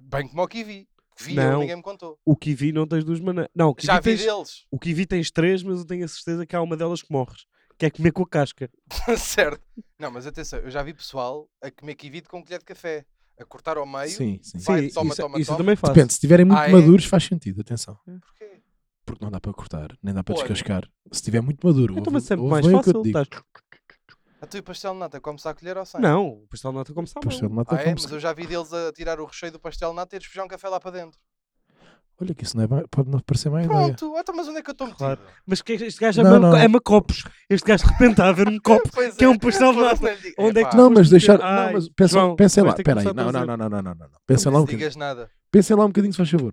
[SPEAKER 2] Bem como o kiwi. Vi, eu,
[SPEAKER 1] Não.
[SPEAKER 2] ninguém me contou.
[SPEAKER 1] O kiwi não tens duas maneiras. Não, o kiwi,
[SPEAKER 2] Já vi
[SPEAKER 1] tens...
[SPEAKER 2] deles.
[SPEAKER 1] o kiwi tens três, mas eu tenho a certeza que há uma delas que morres. Que é comer com a casca.
[SPEAKER 2] certo. Não, mas atenção, eu já vi pessoal a comer kiwi com um colher de café, a cortar ao meio.
[SPEAKER 3] Sim, sim.
[SPEAKER 2] Vai,
[SPEAKER 1] Sim,
[SPEAKER 2] toma,
[SPEAKER 1] isso, é-
[SPEAKER 2] toma,
[SPEAKER 1] isso
[SPEAKER 2] toma.
[SPEAKER 1] eu também faço.
[SPEAKER 3] Depende, se estiverem muito
[SPEAKER 2] Ah, é?
[SPEAKER 3] maduros faz sentido, atenção.
[SPEAKER 2] Porquê?
[SPEAKER 3] Porque não dá para cortar, nem dá para
[SPEAKER 2] Olha.
[SPEAKER 3] descascar. Se estiver muito maduro,
[SPEAKER 1] Então,
[SPEAKER 3] ouve-
[SPEAKER 1] mas é sempre
[SPEAKER 3] ouve
[SPEAKER 1] mais
[SPEAKER 3] bem o que eu
[SPEAKER 1] fácil.
[SPEAKER 3] te digo.
[SPEAKER 1] estás-
[SPEAKER 2] A Ah, tu e pastel de nata come-se à colher ou sem?
[SPEAKER 1] Não, o pastel de nata come-se à mão.
[SPEAKER 3] Pastel de nata
[SPEAKER 2] Ah, é?
[SPEAKER 3] come-se.
[SPEAKER 2] Mas eu já vi deles a tirar o recheio do pastel de nata e a despejar um café lá para dentro.
[SPEAKER 3] Olha que isso não é má- pode não parecer má ideia.
[SPEAKER 2] Pronto, então, mas onde é que eu estou metido?
[SPEAKER 1] Claro. Mas que este gajo é
[SPEAKER 3] Não, não.
[SPEAKER 1] ama, ama copos. Este gajo de repente está a ver um copo
[SPEAKER 2] Pois
[SPEAKER 1] que é um pastel de
[SPEAKER 2] Pois,
[SPEAKER 1] nata.
[SPEAKER 2] lhe digo.
[SPEAKER 1] Onde é que
[SPEAKER 2] Epá,
[SPEAKER 1] tu
[SPEAKER 3] Não,
[SPEAKER 1] Depois
[SPEAKER 3] mas
[SPEAKER 1] de
[SPEAKER 3] deixar.
[SPEAKER 1] dizer, ai,
[SPEAKER 3] Não, mas pensem,
[SPEAKER 1] João,
[SPEAKER 3] pensem
[SPEAKER 1] vais
[SPEAKER 3] lá.
[SPEAKER 1] ter que
[SPEAKER 3] Espera aí.
[SPEAKER 1] começar a
[SPEAKER 3] Não, não,
[SPEAKER 1] trazer.
[SPEAKER 3] não, não, não, não, não, não. Pensem lá um bocadinho.
[SPEAKER 2] digas nada.
[SPEAKER 3] Pensem lá um bocadinho, se faz favor.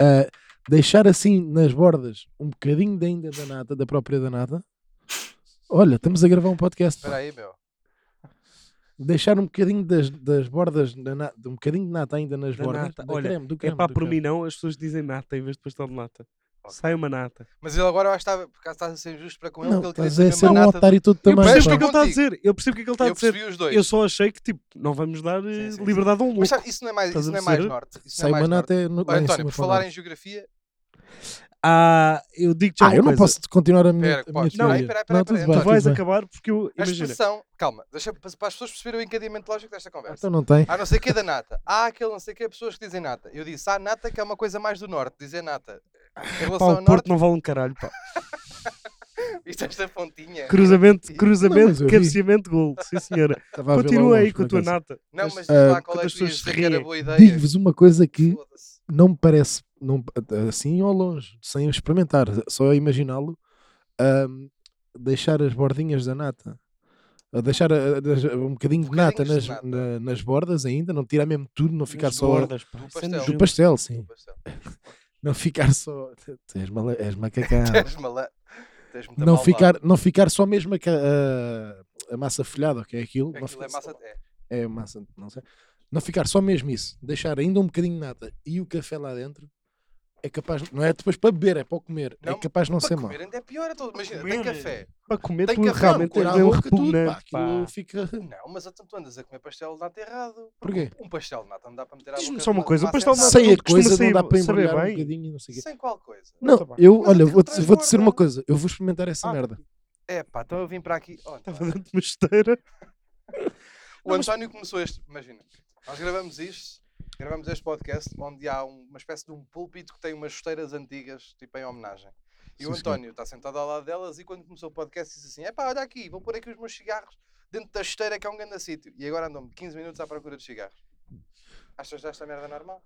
[SPEAKER 3] Ah, deixar assim nas bordas um bocadinho de ainda da nata, da própria da nata. Olha, estamos a gravar um podcast. pá.
[SPEAKER 2] Espera aí, meu.
[SPEAKER 3] Deixar um bocadinho das, das bordas, da na- de um bocadinho de nata ainda nas
[SPEAKER 1] Da
[SPEAKER 3] bordas.
[SPEAKER 1] nata,
[SPEAKER 3] Da
[SPEAKER 1] olha,
[SPEAKER 3] creme, do
[SPEAKER 1] É
[SPEAKER 3] creme,
[SPEAKER 1] pá,
[SPEAKER 3] do
[SPEAKER 1] por
[SPEAKER 3] creme.
[SPEAKER 1] mim não, as pessoas dizem nata em vez de pastel de nata.
[SPEAKER 2] Ok.
[SPEAKER 1] Sai uma nata.
[SPEAKER 2] Mas ele agora eu acho que está, por acaso está a ser injusto para
[SPEAKER 1] é
[SPEAKER 2] com ele,
[SPEAKER 3] Não,
[SPEAKER 2] porque ele
[SPEAKER 3] estás
[SPEAKER 2] queria
[SPEAKER 3] a
[SPEAKER 2] ser
[SPEAKER 3] ser
[SPEAKER 2] mesmo
[SPEAKER 3] um
[SPEAKER 2] nata.
[SPEAKER 3] otário todo
[SPEAKER 1] Eu
[SPEAKER 3] também.
[SPEAKER 1] percebo o que é
[SPEAKER 2] pá.
[SPEAKER 1] que ele está a
[SPEAKER 2] Contigo.
[SPEAKER 1] dizer. Eu percebo o que é que ele está a
[SPEAKER 2] Eu
[SPEAKER 1] dizer.
[SPEAKER 2] percebi os dois.
[SPEAKER 1] Eu só achei que, tipo, não vamos dar eh,
[SPEAKER 2] Sim, sim, sim.
[SPEAKER 1] liberdade a um louco.
[SPEAKER 2] Mas sabe, isso não é mais,
[SPEAKER 1] Estás
[SPEAKER 2] isso
[SPEAKER 1] a
[SPEAKER 2] não é mais
[SPEAKER 1] perceber?
[SPEAKER 2] norte. Isso não
[SPEAKER 3] Sai
[SPEAKER 2] é mais
[SPEAKER 3] uma
[SPEAKER 2] norte.
[SPEAKER 3] nata é no- lá
[SPEAKER 2] Olha,
[SPEAKER 3] em
[SPEAKER 2] António,
[SPEAKER 3] cima
[SPEAKER 2] por
[SPEAKER 3] para o
[SPEAKER 2] falar
[SPEAKER 3] norte.
[SPEAKER 2] em geografia,
[SPEAKER 1] Ah, eu digo-te já
[SPEAKER 3] Ah,
[SPEAKER 1] uma
[SPEAKER 3] eu não
[SPEAKER 1] coisa.
[SPEAKER 3] posso continuar a minha,
[SPEAKER 2] Pera,
[SPEAKER 3] a minha
[SPEAKER 2] podes.
[SPEAKER 1] Não,
[SPEAKER 3] teoria.
[SPEAKER 2] pera, pera,
[SPEAKER 3] não,
[SPEAKER 2] pera,
[SPEAKER 3] tudo
[SPEAKER 2] pera.
[SPEAKER 3] bem,
[SPEAKER 1] Tu vais
[SPEAKER 3] tudo bem.
[SPEAKER 1] acabar porque eu.
[SPEAKER 2] a
[SPEAKER 1] Imagina.
[SPEAKER 2] expressão. Calma, deixa para para as pessoas perceberem o encadeamento lógico desta conversa.
[SPEAKER 3] Então não tem.
[SPEAKER 2] Há não sei que da nata. Há aquele não sei que pessoas que dizem nata. Eu disse, há nata que é uma coisa mais do norte, dizer nata. Em
[SPEAKER 1] Pá,
[SPEAKER 2] relação ao
[SPEAKER 1] o Porto
[SPEAKER 2] norte,
[SPEAKER 1] não vale um caralho, pá.
[SPEAKER 2] isto é esta pontinha.
[SPEAKER 1] Cruzamento,
[SPEAKER 3] Não,
[SPEAKER 1] cruzamento,
[SPEAKER 3] mas eu vi.
[SPEAKER 1] cabeceamento, gol. Sim, senhora.
[SPEAKER 3] Estava a ver
[SPEAKER 1] Continua
[SPEAKER 3] lá
[SPEAKER 1] aí
[SPEAKER 3] longe,
[SPEAKER 1] com a
[SPEAKER 3] por
[SPEAKER 1] tua
[SPEAKER 3] acaso.
[SPEAKER 1] nata.
[SPEAKER 2] Não, mas diz
[SPEAKER 3] Ah,
[SPEAKER 2] lá qual é
[SPEAKER 1] quando
[SPEAKER 2] que
[SPEAKER 1] as
[SPEAKER 2] tu
[SPEAKER 1] pessoas
[SPEAKER 2] ias dizer que era
[SPEAKER 1] riem.
[SPEAKER 2] boa ideia.
[SPEAKER 3] Digo-vos uma coisa que
[SPEAKER 2] Foda-se.
[SPEAKER 3] não me parece não, assim ao longe, sem experimentar, só a imaginá-lo, ahm, deixar as bordinhas da nata, a deixar a- a- das- um bocadinho de nata,
[SPEAKER 2] Bocadinhos
[SPEAKER 3] nas,
[SPEAKER 2] de nata.
[SPEAKER 3] na- nas bordas ainda, não tirar mesmo tudo, não ficar
[SPEAKER 1] Nas
[SPEAKER 3] só
[SPEAKER 1] bordas, pá. Isso
[SPEAKER 2] do
[SPEAKER 1] é
[SPEAKER 2] pastel.
[SPEAKER 3] do
[SPEAKER 1] nojento.
[SPEAKER 3] pastel, sim,
[SPEAKER 2] Desculpa, Estela.
[SPEAKER 3] não ficar só tu és, mala, és
[SPEAKER 1] Ah.
[SPEAKER 3] macacá.
[SPEAKER 2] Tens mala- tens muita
[SPEAKER 3] não
[SPEAKER 2] maldade.
[SPEAKER 3] ficar, não ficar só mesmo a, ca- a- a massa folhada, o que é aquilo, não
[SPEAKER 2] Aquilo
[SPEAKER 3] ficar
[SPEAKER 2] é
[SPEAKER 3] só-
[SPEAKER 2] massa. É.
[SPEAKER 3] é massa, não sei. Não ficar só mesmo isso, deixar ainda um bocadinho de nata e o café lá dentro é capaz, não é depois para beber, é para o comer, é
[SPEAKER 2] Não,
[SPEAKER 3] capaz de não ser
[SPEAKER 2] Para
[SPEAKER 3] mau.
[SPEAKER 2] comer ainda é pior. então, Imagina, tem
[SPEAKER 1] Comer.
[SPEAKER 2] café.
[SPEAKER 1] Para comer,
[SPEAKER 2] Tem
[SPEAKER 1] tu
[SPEAKER 2] que haver
[SPEAKER 1] realmente um
[SPEAKER 2] cor
[SPEAKER 1] és
[SPEAKER 2] à
[SPEAKER 1] bem
[SPEAKER 3] boca, tudo, pá,
[SPEAKER 1] repugnante,
[SPEAKER 3] aquilo
[SPEAKER 1] pá.
[SPEAKER 3] fica.
[SPEAKER 2] Não, mas então tu andas a comer pastel de nata errado.
[SPEAKER 3] Porquê?
[SPEAKER 2] Um pastel de nata não dá para meter à
[SPEAKER 1] Diz-me
[SPEAKER 2] boca
[SPEAKER 1] só uma
[SPEAKER 2] de
[SPEAKER 1] coisa, o
[SPEAKER 2] massa
[SPEAKER 1] pastel de
[SPEAKER 2] assada.
[SPEAKER 1] nata-
[SPEAKER 3] Sem a
[SPEAKER 1] costuma
[SPEAKER 3] coisa não
[SPEAKER 1] sair-
[SPEAKER 3] dá para
[SPEAKER 1] saber
[SPEAKER 3] embrulhar um
[SPEAKER 1] bem.
[SPEAKER 3] bocadinho, não sei o quê.
[SPEAKER 2] Sem qual coisa?
[SPEAKER 3] Não,
[SPEAKER 1] Tá bem.
[SPEAKER 3] eu,
[SPEAKER 2] Mas
[SPEAKER 3] olha,
[SPEAKER 2] aquilo
[SPEAKER 3] vou-te vou dizer uma
[SPEAKER 2] transborda.
[SPEAKER 3] coisa, eu vou experimentar essa
[SPEAKER 2] Ah,
[SPEAKER 3] merda.
[SPEAKER 2] É pá, então eu vim para aqui. Oh, António.
[SPEAKER 1] Estava dentro de uma esteira.
[SPEAKER 2] o António começou este, imagina. Nós gravamos isto, gravamos este podcast onde há um- uma espécie de um púlpito que tem umas chuteiras antigas, tipo em homenagem. E
[SPEAKER 3] Sim, senhor.
[SPEAKER 2] o António está sentado ao lado delas e quando começou o podcast disse assim: é pá, olha aqui, vou pôr aqui os meus cigarros dentro da chuteira que é um grande sítio. E agora andam-me 15 minutos à procura de cigarros. Achas esta merda normal?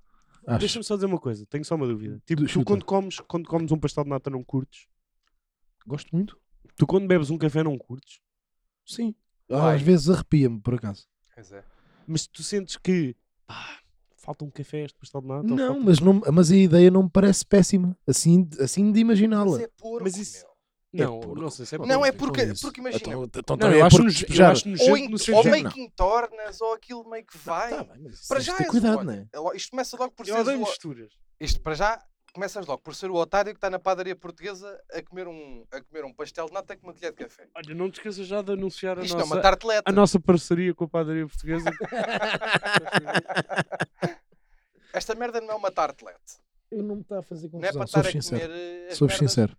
[SPEAKER 3] Acho.
[SPEAKER 1] Deixa-me só dizer uma coisa, tenho só uma dúvida. Tipo,
[SPEAKER 3] Du-
[SPEAKER 1] tu
[SPEAKER 3] chuta.
[SPEAKER 1] quando comes, quando comes um pastel de nata não curtes?
[SPEAKER 3] Gosto muito?
[SPEAKER 1] Tu quando bebes um café não curtes?
[SPEAKER 3] Sim.
[SPEAKER 2] Vai.
[SPEAKER 3] Às vezes arrepia-me, por acaso.
[SPEAKER 2] Pois é.
[SPEAKER 1] Mas tu sentes que pá, falta um café este pastel de nata? ou
[SPEAKER 3] Não,
[SPEAKER 1] falta-
[SPEAKER 3] mas, não, mas a ideia não me parece péssima. Assim, de- assim de imaginá-la.
[SPEAKER 2] Mas é porco.
[SPEAKER 1] Mas isso-
[SPEAKER 2] meu.
[SPEAKER 1] não,
[SPEAKER 3] porco.
[SPEAKER 1] não sei se é
[SPEAKER 2] Não, é
[SPEAKER 1] porco.
[SPEAKER 2] porque- porque imagina-
[SPEAKER 1] Então, Não, é eu acho-nos acho
[SPEAKER 2] Ou, em,
[SPEAKER 1] no
[SPEAKER 2] ou então,
[SPEAKER 1] sentido.
[SPEAKER 3] meio-
[SPEAKER 2] meio que entornas, ou aquilo meio
[SPEAKER 3] Tá,
[SPEAKER 2] que vai.
[SPEAKER 1] Tá,
[SPEAKER 2] Para já
[SPEAKER 3] ter
[SPEAKER 2] és o
[SPEAKER 3] cuidado,
[SPEAKER 2] ódio.
[SPEAKER 3] não é?
[SPEAKER 2] É lo- Isto começa logo por
[SPEAKER 1] Eu
[SPEAKER 2] ser
[SPEAKER 1] odeio
[SPEAKER 2] o...
[SPEAKER 1] misturas.
[SPEAKER 2] Isto para já começas logo por ser o otário que está na padaria portuguesa a comer um, a comer um pastel de nata com uma colher de café.
[SPEAKER 1] Olha, não te esqueças já de anunciar a
[SPEAKER 2] Isto
[SPEAKER 1] nossa,
[SPEAKER 2] não é uma tarteleta.
[SPEAKER 1] a nossa parceria com a padaria portuguesa.
[SPEAKER 2] Esta merda não é uma tartelete.
[SPEAKER 3] Eu não me
[SPEAKER 1] tá
[SPEAKER 3] está a fazer
[SPEAKER 2] Não é para
[SPEAKER 3] confusão,
[SPEAKER 2] estar
[SPEAKER 3] sou
[SPEAKER 2] a
[SPEAKER 3] sincero.
[SPEAKER 2] comer. eh, as
[SPEAKER 3] Sou
[SPEAKER 2] merdas.
[SPEAKER 3] sincero.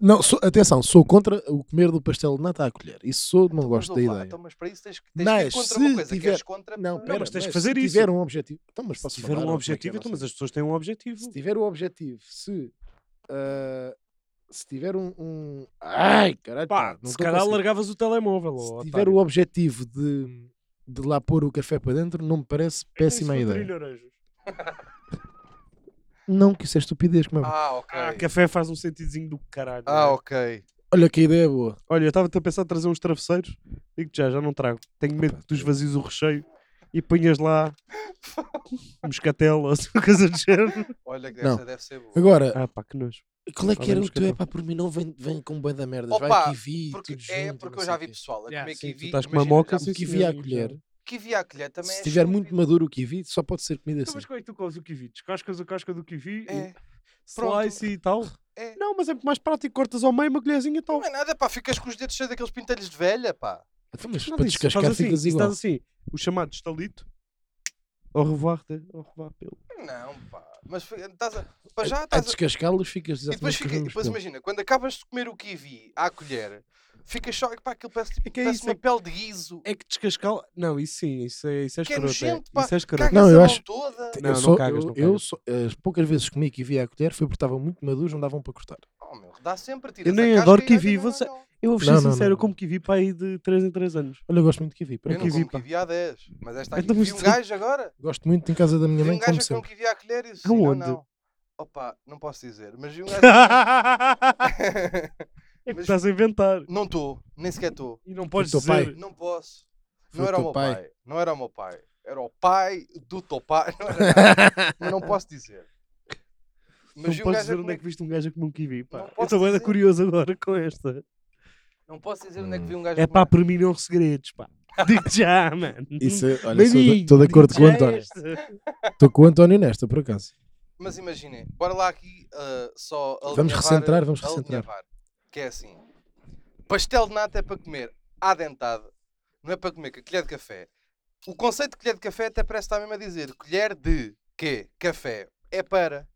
[SPEAKER 3] Não, sou- atenção, sou contra o comer do pastel de nata à colher. Isso sou, não
[SPEAKER 2] Então, mas
[SPEAKER 3] gosto da
[SPEAKER 2] ouve lá,
[SPEAKER 3] ideia.
[SPEAKER 2] então, mas para isso tens que tens
[SPEAKER 3] Mas
[SPEAKER 2] que ir contra
[SPEAKER 3] se
[SPEAKER 2] uma coisa.
[SPEAKER 3] tiver-
[SPEAKER 2] Queres contra.
[SPEAKER 3] Não,
[SPEAKER 2] pá,
[SPEAKER 3] pera,
[SPEAKER 1] mas tens que
[SPEAKER 3] mas
[SPEAKER 1] fazer
[SPEAKER 3] se
[SPEAKER 1] isso.
[SPEAKER 3] tiver um objetivo. Então, mas posso
[SPEAKER 1] se tiver
[SPEAKER 3] falar,
[SPEAKER 1] um
[SPEAKER 3] ou como é que é,
[SPEAKER 1] objetivo,
[SPEAKER 3] não
[SPEAKER 1] então,
[SPEAKER 3] sei.
[SPEAKER 1] mas as pessoas têm um objetivo.
[SPEAKER 3] Se tiver o objetivo, se. ah, se tiver um. um- Ai, caralho.
[SPEAKER 1] Pá,
[SPEAKER 3] pá, não
[SPEAKER 1] se
[SPEAKER 3] tô
[SPEAKER 1] calhar
[SPEAKER 3] conseguindo.
[SPEAKER 1] largavas o telemóvel. ó,
[SPEAKER 3] Se tiver
[SPEAKER 1] otário.
[SPEAKER 3] o objetivo de, de lá pôr o café para dentro, não me
[SPEAKER 2] É
[SPEAKER 3] parece péssima
[SPEAKER 1] Isso foi
[SPEAKER 3] ideia.
[SPEAKER 1] trilharanjos.
[SPEAKER 3] Não, que isso é estupidez, como é-
[SPEAKER 2] Ah, ok.
[SPEAKER 1] Ah, café faz um sentidozinho do caralho.
[SPEAKER 2] Ah,
[SPEAKER 1] não é?
[SPEAKER 2] ok.
[SPEAKER 3] Olha que ideia boa.
[SPEAKER 1] Olha, eu estava a pensar em trazer uns travesseiros. Digo-te já, já não trago. Tenho medo que tu esvazies o recheio e ponhas lá moscatela ou assim, coisa do género.
[SPEAKER 2] Olha que
[SPEAKER 3] Não.
[SPEAKER 2] essa deve ser boa.
[SPEAKER 3] Agora,
[SPEAKER 1] Ah, pá, que nojo.
[SPEAKER 3] qual é que
[SPEAKER 1] olha,
[SPEAKER 3] era o
[SPEAKER 1] mas
[SPEAKER 3] teu?
[SPEAKER 1] que
[SPEAKER 3] É
[SPEAKER 1] não.
[SPEAKER 3] pá, por mim não vem, vem com bem da merda.
[SPEAKER 2] Opa,
[SPEAKER 3] Vai kiwi,
[SPEAKER 2] Porque,
[SPEAKER 3] tudo
[SPEAKER 2] é
[SPEAKER 3] junto,
[SPEAKER 2] porque
[SPEAKER 3] não
[SPEAKER 2] eu
[SPEAKER 3] sei
[SPEAKER 2] já
[SPEAKER 3] o
[SPEAKER 2] vi
[SPEAKER 3] quê.
[SPEAKER 2] pessoal a
[SPEAKER 4] Yeah,
[SPEAKER 2] comer
[SPEAKER 1] sim, tu
[SPEAKER 2] kiwi.
[SPEAKER 1] estás com uma
[SPEAKER 2] imagina,
[SPEAKER 1] moca,
[SPEAKER 2] já-
[SPEAKER 1] sim.
[SPEAKER 3] Kiwi à
[SPEAKER 1] senhor,
[SPEAKER 3] colher.
[SPEAKER 2] Kiwi à colher também
[SPEAKER 3] Se
[SPEAKER 2] é
[SPEAKER 3] tiver muito
[SPEAKER 2] estúpido.
[SPEAKER 3] maduro o kiwi, só pode ser comida
[SPEAKER 1] Então,
[SPEAKER 3] assim.
[SPEAKER 1] mas como é que tu comes o kiwi? Descascas a casca do kiwi,
[SPEAKER 2] É. Pronto.
[SPEAKER 1] slice e tal?
[SPEAKER 2] É.
[SPEAKER 1] Não, mas é mais prático. Cortas ao meio uma colherzinha e tal.
[SPEAKER 2] Não é nada, pá. Ficas com os dedos cheios daqueles pintelhos de velha, pá.
[SPEAKER 3] Então, mas
[SPEAKER 1] Nada
[SPEAKER 3] para
[SPEAKER 1] disso. Faz
[SPEAKER 3] descascar
[SPEAKER 1] assim,
[SPEAKER 3] ficas
[SPEAKER 1] se
[SPEAKER 2] então
[SPEAKER 3] igual.
[SPEAKER 1] Estás assim, o chamado estalito. Au revoir, te- au revoir, pelo.
[SPEAKER 2] Não, pá. Mas fi- estás a. Para
[SPEAKER 3] A-
[SPEAKER 2] já
[SPEAKER 3] a
[SPEAKER 2] estás a.
[SPEAKER 3] descascá-los ficas
[SPEAKER 2] E depois,
[SPEAKER 3] exatamente com os
[SPEAKER 2] fica, e
[SPEAKER 3] mesmos
[SPEAKER 2] depois
[SPEAKER 3] pelos.
[SPEAKER 2] imagina, quando acabas de comer o kiwi à colher, ficas só. Pá, aquilo parece, tipo,
[SPEAKER 1] É que é
[SPEAKER 2] parece
[SPEAKER 1] isso,
[SPEAKER 2] uma
[SPEAKER 1] é que-
[SPEAKER 2] pele de guiso.
[SPEAKER 1] É que descascar. Não, isso sim, isso é, isso é
[SPEAKER 2] Que é
[SPEAKER 1] escroto.
[SPEAKER 2] nojento,
[SPEAKER 1] é.
[SPEAKER 2] pá.
[SPEAKER 1] Isso é escroto.
[SPEAKER 2] Cagas
[SPEAKER 3] Não, eu
[SPEAKER 2] a
[SPEAKER 3] acho-
[SPEAKER 2] mão toda.
[SPEAKER 1] Não, não
[SPEAKER 3] eu só-
[SPEAKER 1] cagas, não
[SPEAKER 3] eu- eu
[SPEAKER 1] cagas.
[SPEAKER 3] só- as poucas vezes que comi kiwi à colher foi porque estava muito maduro, não davam para cortar.
[SPEAKER 2] Oh, meu, dá sempre tiras
[SPEAKER 1] Eu nem
[SPEAKER 2] a casca
[SPEAKER 1] adoro
[SPEAKER 2] e olha,
[SPEAKER 1] kiwi,
[SPEAKER 2] não,
[SPEAKER 1] vou
[SPEAKER 2] não,
[SPEAKER 1] ser-
[SPEAKER 2] não.
[SPEAKER 1] Eu vou ser
[SPEAKER 3] Não, não,
[SPEAKER 1] sincero,
[SPEAKER 3] não,
[SPEAKER 1] eu como que vi para aí de 3 em 3 anos.
[SPEAKER 3] Olha, eu gosto muito de kiwi. por
[SPEAKER 1] Eu
[SPEAKER 2] Eu
[SPEAKER 1] não
[SPEAKER 2] não
[SPEAKER 3] acaso.
[SPEAKER 1] kiwi,
[SPEAKER 2] como
[SPEAKER 1] pá.
[SPEAKER 2] kiwi há 10, mas esta aqui
[SPEAKER 1] Então,
[SPEAKER 2] vi
[SPEAKER 1] mas
[SPEAKER 2] um
[SPEAKER 1] tu-
[SPEAKER 2] gajo agora.
[SPEAKER 3] Gosto muito em casa da minha
[SPEAKER 2] Vi
[SPEAKER 3] mãe,
[SPEAKER 2] um gajo
[SPEAKER 3] como
[SPEAKER 2] a comer um
[SPEAKER 3] sempre.
[SPEAKER 2] kiwi à colher e eu disse, não,
[SPEAKER 1] Aonde?
[SPEAKER 2] não. Opa, não posso dizer, mas vi um gajo... a comer-
[SPEAKER 1] é que
[SPEAKER 2] Mas-
[SPEAKER 1] estás a inventar.
[SPEAKER 2] não estou, nem sequer estou.
[SPEAKER 1] E não podes
[SPEAKER 3] teu
[SPEAKER 1] dizer.
[SPEAKER 3] pai.
[SPEAKER 2] Não posso.
[SPEAKER 3] Foi
[SPEAKER 2] não
[SPEAKER 3] o
[SPEAKER 2] era o
[SPEAKER 3] teu
[SPEAKER 2] meu pai.
[SPEAKER 3] pai.
[SPEAKER 2] Não era o meu pai. Era o pai do teu pai. Não era nada. mas não posso dizer.
[SPEAKER 1] Não
[SPEAKER 2] Mas vi
[SPEAKER 1] podes
[SPEAKER 2] um gajo a
[SPEAKER 1] dizer onde é
[SPEAKER 2] comer...
[SPEAKER 1] que viste um gajo a comer um kiwi. Pá.
[SPEAKER 2] Não
[SPEAKER 1] Eu
[SPEAKER 2] posso
[SPEAKER 1] estou bem
[SPEAKER 2] dizer.
[SPEAKER 1] curioso agora com esta.
[SPEAKER 2] Não posso dizer onde é que vi um gajo
[SPEAKER 1] É
[SPEAKER 2] a
[SPEAKER 1] pá,
[SPEAKER 2] comer.
[SPEAKER 1] por mim não há segredos, pá. Digo já, mano.
[SPEAKER 3] Isso, é- olha, sou de-
[SPEAKER 1] Baby,
[SPEAKER 3] estou de acordo com o
[SPEAKER 1] digo já
[SPEAKER 3] António.
[SPEAKER 1] esta.
[SPEAKER 3] Estou com o António nesta, por acaso.
[SPEAKER 2] Mas imaginem, bora lá aqui ah, só
[SPEAKER 3] Vamos
[SPEAKER 2] alinhavar-
[SPEAKER 3] recentrar, vamos recentrar.
[SPEAKER 2] alinhavar. Que é assim, pastel de nata é para comer à dentada, não é para comer com colher de café. O conceito de colher de café até parece estar mesmo a dizer, colher de quê? Café. É para.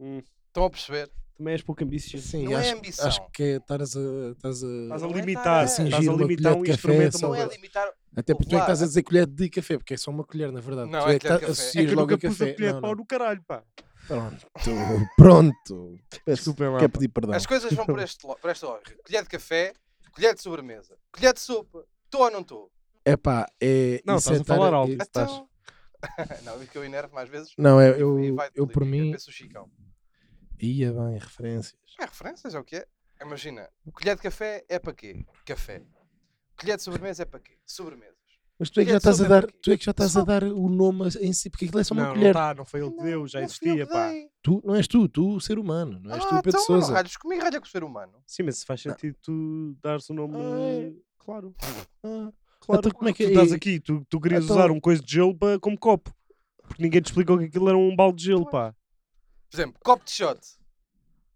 [SPEAKER 1] Hum.
[SPEAKER 2] Estão a perceber?
[SPEAKER 1] Também és pouco ambicioso.
[SPEAKER 3] Sim,
[SPEAKER 2] Não é
[SPEAKER 3] acho,
[SPEAKER 2] ambição.
[SPEAKER 3] acho que é estás a. Estás
[SPEAKER 1] Estás
[SPEAKER 3] a
[SPEAKER 1] a
[SPEAKER 2] Não é
[SPEAKER 1] limitar,
[SPEAKER 2] nada.
[SPEAKER 1] estás
[SPEAKER 3] Assim,
[SPEAKER 1] a
[SPEAKER 3] gira uma
[SPEAKER 1] limitar
[SPEAKER 3] colher
[SPEAKER 1] um
[SPEAKER 3] de café,
[SPEAKER 1] instrumento a
[SPEAKER 3] só
[SPEAKER 1] uma
[SPEAKER 2] Não é
[SPEAKER 1] coisa.
[SPEAKER 2] limitar.
[SPEAKER 3] até porque tu é
[SPEAKER 2] Ouve
[SPEAKER 3] que
[SPEAKER 2] lá.
[SPEAKER 3] estás a dizer colher de café, porque é só uma colher, na verdade.
[SPEAKER 2] Não,
[SPEAKER 3] tu
[SPEAKER 2] é
[SPEAKER 3] é que
[SPEAKER 2] colher de
[SPEAKER 3] tá-
[SPEAKER 2] café.
[SPEAKER 1] É
[SPEAKER 3] associas
[SPEAKER 1] que eu
[SPEAKER 3] logo a
[SPEAKER 1] nunca pus a
[SPEAKER 3] café.
[SPEAKER 1] colher de
[SPEAKER 3] Não, é
[SPEAKER 1] pau
[SPEAKER 3] não.
[SPEAKER 1] no caralho, pá.
[SPEAKER 3] Pronto, pronto. Peço-
[SPEAKER 1] Desculpem lá,
[SPEAKER 3] Quer
[SPEAKER 1] pá.
[SPEAKER 3] pedir perdão.
[SPEAKER 2] As coisas vão por, este, lo- por esta lógica. Colher de café, colher de sobremesa, colher de sopa. Estou ou não estou?
[SPEAKER 3] É pá, é.
[SPEAKER 1] Não,
[SPEAKER 3] isso
[SPEAKER 1] estás
[SPEAKER 3] é
[SPEAKER 1] a
[SPEAKER 3] estar
[SPEAKER 1] falar alto.
[SPEAKER 3] é- estás-
[SPEAKER 2] Então... não, é que eu enervo mais vezes.
[SPEAKER 3] Não, é-
[SPEAKER 2] E- e
[SPEAKER 3] eu,
[SPEAKER 2] vai-te
[SPEAKER 3] eu por
[SPEAKER 2] livre,
[SPEAKER 3] mim
[SPEAKER 2] Eu penso o Chicão.
[SPEAKER 3] ia bem, referências.
[SPEAKER 2] É referências, é o que é. Imagina, colher de café é para quê? Café. Colher de sobremesa é para quê? Sobremesas.
[SPEAKER 3] Mas tu é que
[SPEAKER 2] Colher
[SPEAKER 3] já
[SPEAKER 2] de
[SPEAKER 3] estás a
[SPEAKER 2] sopa é
[SPEAKER 3] dar,
[SPEAKER 2] para quê?
[SPEAKER 3] tu é que já estás a dar o nome em si, porque aquilo é só uma
[SPEAKER 1] Não, tá. não
[SPEAKER 3] colher.
[SPEAKER 1] está, não foi ele que deu, já
[SPEAKER 2] Não fui eu
[SPEAKER 1] existia,
[SPEAKER 2] que
[SPEAKER 1] pá.
[SPEAKER 2] dei.
[SPEAKER 3] Tu não és tu, tu o ser humano, não és tu
[SPEAKER 2] Ah,
[SPEAKER 3] o
[SPEAKER 1] é um
[SPEAKER 3] Pedro
[SPEAKER 2] então, mas não
[SPEAKER 3] Sousa.
[SPEAKER 2] ralhas comigo, ralha com o ser humano.
[SPEAKER 1] Sim, mas se faz
[SPEAKER 3] Não.
[SPEAKER 1] sentido tu dares o nome.
[SPEAKER 2] é.
[SPEAKER 3] Ai.
[SPEAKER 1] Claro.
[SPEAKER 3] Ah,
[SPEAKER 1] Claro.
[SPEAKER 3] Então como é que
[SPEAKER 1] tu
[SPEAKER 3] é?
[SPEAKER 1] estás aqui, tu, tu querias
[SPEAKER 3] Então-
[SPEAKER 1] usar um coisa de gelo para, como copo. Porque ninguém te explicou que aquilo era um balde de gelo,
[SPEAKER 2] Pois.
[SPEAKER 1] pá.
[SPEAKER 2] Por exemplo, copo de shot.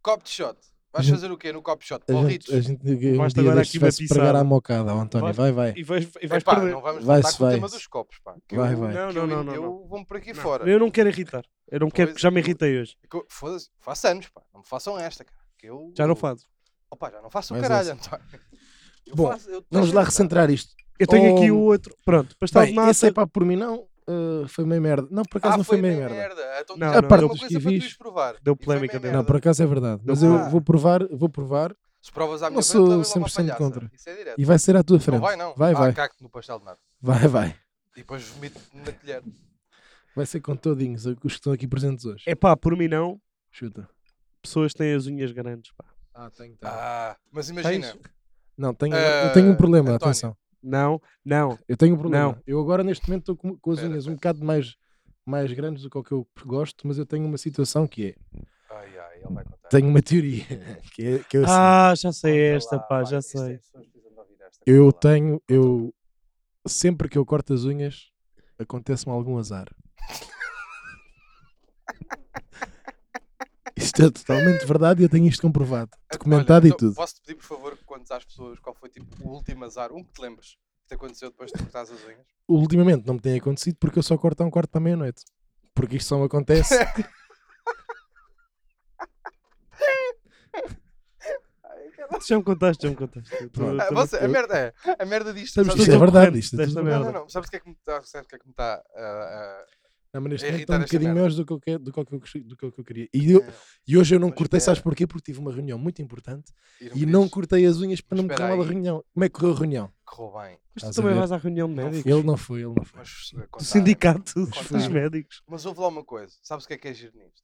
[SPEAKER 2] Copo de shot. Vais
[SPEAKER 3] Gente-
[SPEAKER 2] fazer o quê no copo de shot?
[SPEAKER 3] a gente, a
[SPEAKER 2] Borritos.
[SPEAKER 3] gente um
[SPEAKER 1] Basta
[SPEAKER 3] dia
[SPEAKER 1] agora
[SPEAKER 3] destes
[SPEAKER 1] aqui uma
[SPEAKER 3] vai-se pregar
[SPEAKER 1] pisada.
[SPEAKER 3] à mocada, ó, António, vai, vai.
[SPEAKER 1] E vais, e vais
[SPEAKER 2] Epá,
[SPEAKER 1] perder.
[SPEAKER 2] não vamos
[SPEAKER 3] Vai-se,
[SPEAKER 2] voltar com o tema
[SPEAKER 3] vai-se.
[SPEAKER 2] dos copos, pá. que
[SPEAKER 3] Vai,
[SPEAKER 2] eu,
[SPEAKER 3] vai.
[SPEAKER 1] Não,
[SPEAKER 2] que
[SPEAKER 1] não,
[SPEAKER 2] eu,
[SPEAKER 1] não, não,
[SPEAKER 2] Eu
[SPEAKER 1] não.
[SPEAKER 2] vou-me por aqui
[SPEAKER 1] Não,
[SPEAKER 2] fora.
[SPEAKER 1] Eu não quero irritar. Eu não quero,
[SPEAKER 2] Pois,
[SPEAKER 1] já me
[SPEAKER 2] eu-
[SPEAKER 1] irritei hoje.
[SPEAKER 2] É Que eu- Foda-se, faço anos, pá. Não me façam esta, cara. Que eu...
[SPEAKER 1] Já não faço.
[SPEAKER 2] Opa, já não faço o
[SPEAKER 3] Mais
[SPEAKER 2] caralho, António. Eu
[SPEAKER 3] é Bom,
[SPEAKER 2] faço- eu tô
[SPEAKER 3] Vamos lá
[SPEAKER 2] a tentar.
[SPEAKER 3] recentrar isto.
[SPEAKER 1] Eu tenho
[SPEAKER 3] Oh.
[SPEAKER 1] aqui o outro. Pronto, pastel de
[SPEAKER 3] Bem, esse
[SPEAKER 1] nata.
[SPEAKER 3] é pá, por mim não, ah, foi meio merda. Não, por acaso
[SPEAKER 2] Ah,
[SPEAKER 3] não foi meio merda.
[SPEAKER 2] Então,
[SPEAKER 1] Não,
[SPEAKER 2] não,
[SPEAKER 1] não,
[SPEAKER 2] não,
[SPEAKER 1] eu
[SPEAKER 2] uma
[SPEAKER 3] dos
[SPEAKER 2] coisa para tu
[SPEAKER 3] kiwis.
[SPEAKER 2] ires provar.
[SPEAKER 1] Deu
[SPEAKER 2] E foi
[SPEAKER 1] polémica
[SPEAKER 2] meio
[SPEAKER 1] dentro.
[SPEAKER 3] Não,
[SPEAKER 2] merda.
[SPEAKER 3] por acaso é verdade. Mas
[SPEAKER 2] Ah.
[SPEAKER 3] eu vou provar, vou provar
[SPEAKER 2] Se provas então à minha
[SPEAKER 3] Não
[SPEAKER 2] frente,
[SPEAKER 3] sou
[SPEAKER 2] levas lá uma
[SPEAKER 3] 100%
[SPEAKER 2] palhaça.
[SPEAKER 3] contra.
[SPEAKER 2] Isso é direto.
[SPEAKER 3] e vai ser à tua
[SPEAKER 2] Não
[SPEAKER 3] frente.
[SPEAKER 2] vai, não.
[SPEAKER 3] Vai,
[SPEAKER 2] ah,
[SPEAKER 3] vai.
[SPEAKER 2] cago no pastel de nada.
[SPEAKER 3] Vai, vai.
[SPEAKER 2] E depois vomito na colher.
[SPEAKER 3] Então. Vai ser com todinhos eh, os que estão aqui presentes hoje.
[SPEAKER 1] É pá, por mim não.
[SPEAKER 3] Chuta.
[SPEAKER 1] Pessoas têm as unhas grandes, pá.
[SPEAKER 3] Ah, tenho,
[SPEAKER 2] Ah, mas imagina.
[SPEAKER 3] Não, tenho,
[SPEAKER 2] Ah,
[SPEAKER 3] eu tenho um problema,
[SPEAKER 2] António.
[SPEAKER 3] atenção.
[SPEAKER 1] Não, não.
[SPEAKER 3] Eu tenho um problema.
[SPEAKER 1] Não.
[SPEAKER 3] Eu agora neste momento estou com, com as
[SPEAKER 2] Pera,
[SPEAKER 3] unhas um
[SPEAKER 2] pera.
[SPEAKER 3] bocado mais, mais grandes do que o que eu gosto, mas eu tenho uma situação que é.
[SPEAKER 2] Ai, ai, ele vai contar.
[SPEAKER 3] Tenho uma teoria que é que eu assim,
[SPEAKER 1] Ah, já sei
[SPEAKER 2] Conta
[SPEAKER 1] esta,
[SPEAKER 2] lá,
[SPEAKER 1] pá,
[SPEAKER 2] vai,
[SPEAKER 1] já
[SPEAKER 2] isto é
[SPEAKER 1] sei.
[SPEAKER 2] pessoas que precisam de ouvir esta,
[SPEAKER 3] Eu
[SPEAKER 2] conta lá.
[SPEAKER 3] tenho, eu sempre que eu corto as unhas acontece-me algum azar. Isto é totalmente verdade e eu tenho isto comprovado,
[SPEAKER 2] Ah,
[SPEAKER 3] documentado
[SPEAKER 2] olha,
[SPEAKER 3] e
[SPEAKER 2] então,
[SPEAKER 3] tudo.
[SPEAKER 2] Posso-te pedir, por favor, que contes às pessoas qual foi tipo, o último azar, um que te lembres, que te aconteceu depois de cortares as unhas?
[SPEAKER 3] Ultimamente não me tem acontecido porque eu só corto a um quarto para a meia-noite. Porque isto só me acontece
[SPEAKER 1] Já me contaste, já me contaste. Eu tô-
[SPEAKER 3] Pronto.
[SPEAKER 2] Ah,
[SPEAKER 1] tô-
[SPEAKER 2] É você- a
[SPEAKER 1] eu-
[SPEAKER 2] merda é. A merda disto.
[SPEAKER 1] Estamos
[SPEAKER 2] sabes-
[SPEAKER 1] todos
[SPEAKER 3] Isto é
[SPEAKER 1] ao
[SPEAKER 3] verdade,
[SPEAKER 1] corrente
[SPEAKER 3] isto é
[SPEAKER 1] desta
[SPEAKER 3] tudo
[SPEAKER 2] não,
[SPEAKER 1] merda.
[SPEAKER 2] não, não. Sabes o que é que me está. Sabes o que é que me está. ah,
[SPEAKER 3] Não, mas neste momento está
[SPEAKER 2] É
[SPEAKER 3] um
[SPEAKER 2] irritar esta
[SPEAKER 3] bocadinho
[SPEAKER 2] merda.
[SPEAKER 3] melhores do que eu, quero- do que eu, queria- do que eu queria. E,
[SPEAKER 2] ah,
[SPEAKER 3] eu- e hoje eu não
[SPEAKER 2] Mas
[SPEAKER 3] cortei,
[SPEAKER 2] espera.
[SPEAKER 3] sabes porquê? Porque tive uma reunião muito importante
[SPEAKER 2] ir um
[SPEAKER 3] e não
[SPEAKER 2] bocadinho.
[SPEAKER 3] cortei as unhas para
[SPEAKER 2] Mas
[SPEAKER 3] não me
[SPEAKER 2] espera
[SPEAKER 3] correr mal a
[SPEAKER 2] aí.
[SPEAKER 3] reunião. Como é que correu a reunião?
[SPEAKER 2] Correu bem.
[SPEAKER 1] Mas
[SPEAKER 3] Estás
[SPEAKER 1] tu
[SPEAKER 3] a
[SPEAKER 1] também
[SPEAKER 3] ver?
[SPEAKER 1] vais à reunião de médicos?
[SPEAKER 3] Ele não foi, ele não foi.
[SPEAKER 2] Mas,
[SPEAKER 1] Do
[SPEAKER 2] contaram.
[SPEAKER 1] sindicato dos
[SPEAKER 2] Contaram.
[SPEAKER 1] médicos.
[SPEAKER 2] Mas houve lá uma coisa. Sabes o que é que é giro nisto?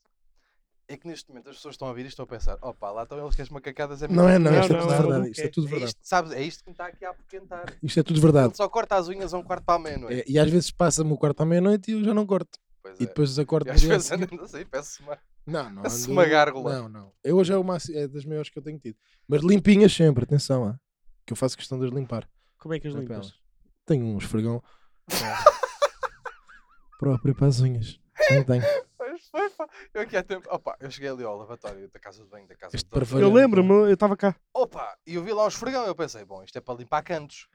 [SPEAKER 2] É que neste momento as pessoas estão a ouvir isto e estão a pensar: opa, lá estão eles que as macacadas é
[SPEAKER 3] Não é, não,
[SPEAKER 1] Não,
[SPEAKER 3] isto é
[SPEAKER 1] não,
[SPEAKER 3] tudo
[SPEAKER 1] não,
[SPEAKER 3] verdade.
[SPEAKER 1] não
[SPEAKER 3] Isto é
[SPEAKER 1] quer.
[SPEAKER 3] tudo
[SPEAKER 2] É
[SPEAKER 3] verdade.
[SPEAKER 2] isto, sabes? É isto que me está aqui a apoquentar.
[SPEAKER 3] Isto é tudo verdade.
[SPEAKER 2] Ele só corta as unhas a um quarto para a meia-noite.
[SPEAKER 3] É, E às vezes passa-me o quarto à meia-noite e eu já não corto.
[SPEAKER 2] Pois
[SPEAKER 3] E
[SPEAKER 2] é.
[SPEAKER 3] depois
[SPEAKER 2] E
[SPEAKER 3] acordo.
[SPEAKER 2] às vezes andando assim, peço uma.
[SPEAKER 3] Não, não.
[SPEAKER 2] Parece
[SPEAKER 3] ando-
[SPEAKER 2] uma gárgula.
[SPEAKER 3] Não, não. Eu hoje é, uma, é das maiores que eu tenho tido. Mas limpinhas sempre, atenção, ah, que eu faço questão de as limpar.
[SPEAKER 1] Como é que as
[SPEAKER 3] Papel.
[SPEAKER 1] limpas?
[SPEAKER 3] Tenho um esfregão
[SPEAKER 2] É.
[SPEAKER 3] próprio para as unhas. Não tenho.
[SPEAKER 2] Pois foi, pá. Eu aqui há tempo. Opa, eu cheguei ali ao lavatório da casa de banho, da casa
[SPEAKER 3] Este
[SPEAKER 2] de banho.
[SPEAKER 3] parvalho.
[SPEAKER 1] Eu lembro-me, eu estava cá.
[SPEAKER 2] Opa, e eu vi lá um esfregão eu pensei, bom, isto é para limpar cantos.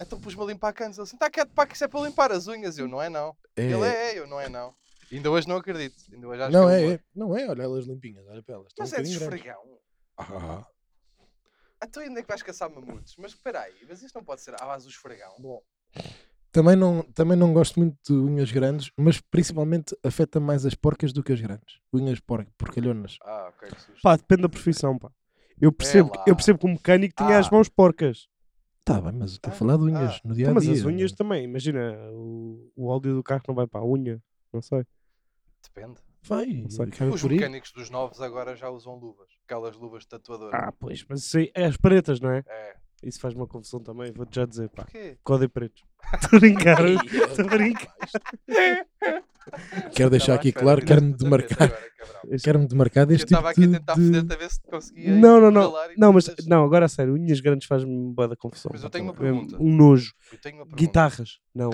[SPEAKER 2] Então pus-me a limpar cantos. Ele assim, está quieto, pá, que isso é para limpar as unhas. Eu, não é não. Ele
[SPEAKER 3] É,
[SPEAKER 2] é, é, eu, não é não. Ainda hoje não acredito. Ainda hoje acho
[SPEAKER 3] não,
[SPEAKER 2] que
[SPEAKER 3] é,
[SPEAKER 2] um
[SPEAKER 3] é. Não é, olha elas limpinhas, olha para elas. estão
[SPEAKER 2] Mas
[SPEAKER 3] um
[SPEAKER 2] é de
[SPEAKER 3] bocadinho grandes.
[SPEAKER 2] esfregão.
[SPEAKER 3] Ah,
[SPEAKER 2] Então ainda é que vais caçar mamutos. Mas espera aí, mas isto não pode ser à base do esfregão.
[SPEAKER 3] Também não, também não gosto muito de unhas grandes, mas principalmente afeta mais as porcas do que as grandes. Unhas porca, porcalhonas.
[SPEAKER 2] Ah, ok, que susto.
[SPEAKER 1] Pá, depende da profissão, pá. Eu percebo, que, eu
[SPEAKER 2] lá.
[SPEAKER 1] percebo que o mecânico tinha as
[SPEAKER 2] Ah.
[SPEAKER 1] mãos porcas.
[SPEAKER 3] Tá bem, mas eu estou a
[SPEAKER 2] Ah,
[SPEAKER 3] falar de unhas no dia a
[SPEAKER 1] Então, mas
[SPEAKER 3] dia. é?
[SPEAKER 1] as unhas também, imagina, o, o áudio do carro não vai para a unha. Não sei.
[SPEAKER 2] Depende.
[SPEAKER 3] Vai,
[SPEAKER 1] sei.
[SPEAKER 3] acaba
[SPEAKER 2] Os
[SPEAKER 3] por aí.
[SPEAKER 2] mecânicos dos novos agora já usam luvas. Aquelas luvas de tatuador.
[SPEAKER 1] Ah, pois, mas isso aí é as pretas, não é?
[SPEAKER 2] É.
[SPEAKER 1] Isso faz uma confusão também, vou-te já dizer, pá.
[SPEAKER 2] Porquê?
[SPEAKER 1] Código preto. Estou a brincar, estou a brincar.
[SPEAKER 3] Quero deixar
[SPEAKER 2] Estava à
[SPEAKER 3] aqui
[SPEAKER 2] espera
[SPEAKER 3] claro,
[SPEAKER 2] que
[SPEAKER 3] quero-me
[SPEAKER 2] fizesse outra vez
[SPEAKER 3] demarcar.
[SPEAKER 2] agora, cabrão.
[SPEAKER 3] Quero-me demarcar
[SPEAKER 2] Eu
[SPEAKER 3] deste tipo
[SPEAKER 2] estava aqui a
[SPEAKER 3] de-
[SPEAKER 2] tentar
[SPEAKER 3] de-
[SPEAKER 2] foder-te a ver se te conseguia.
[SPEAKER 1] Não, não, não.
[SPEAKER 2] encurralar e
[SPEAKER 1] Não, mas
[SPEAKER 2] depois-
[SPEAKER 1] não, agora a sério, unhas grandes faz-me boa da confusão.
[SPEAKER 2] Mas eu
[SPEAKER 1] pá,
[SPEAKER 2] tenho uma
[SPEAKER 1] também. É
[SPEAKER 2] pergunta.
[SPEAKER 1] Um nojo.
[SPEAKER 2] Eu tenho uma pergunta.
[SPEAKER 1] Guitarras? Não.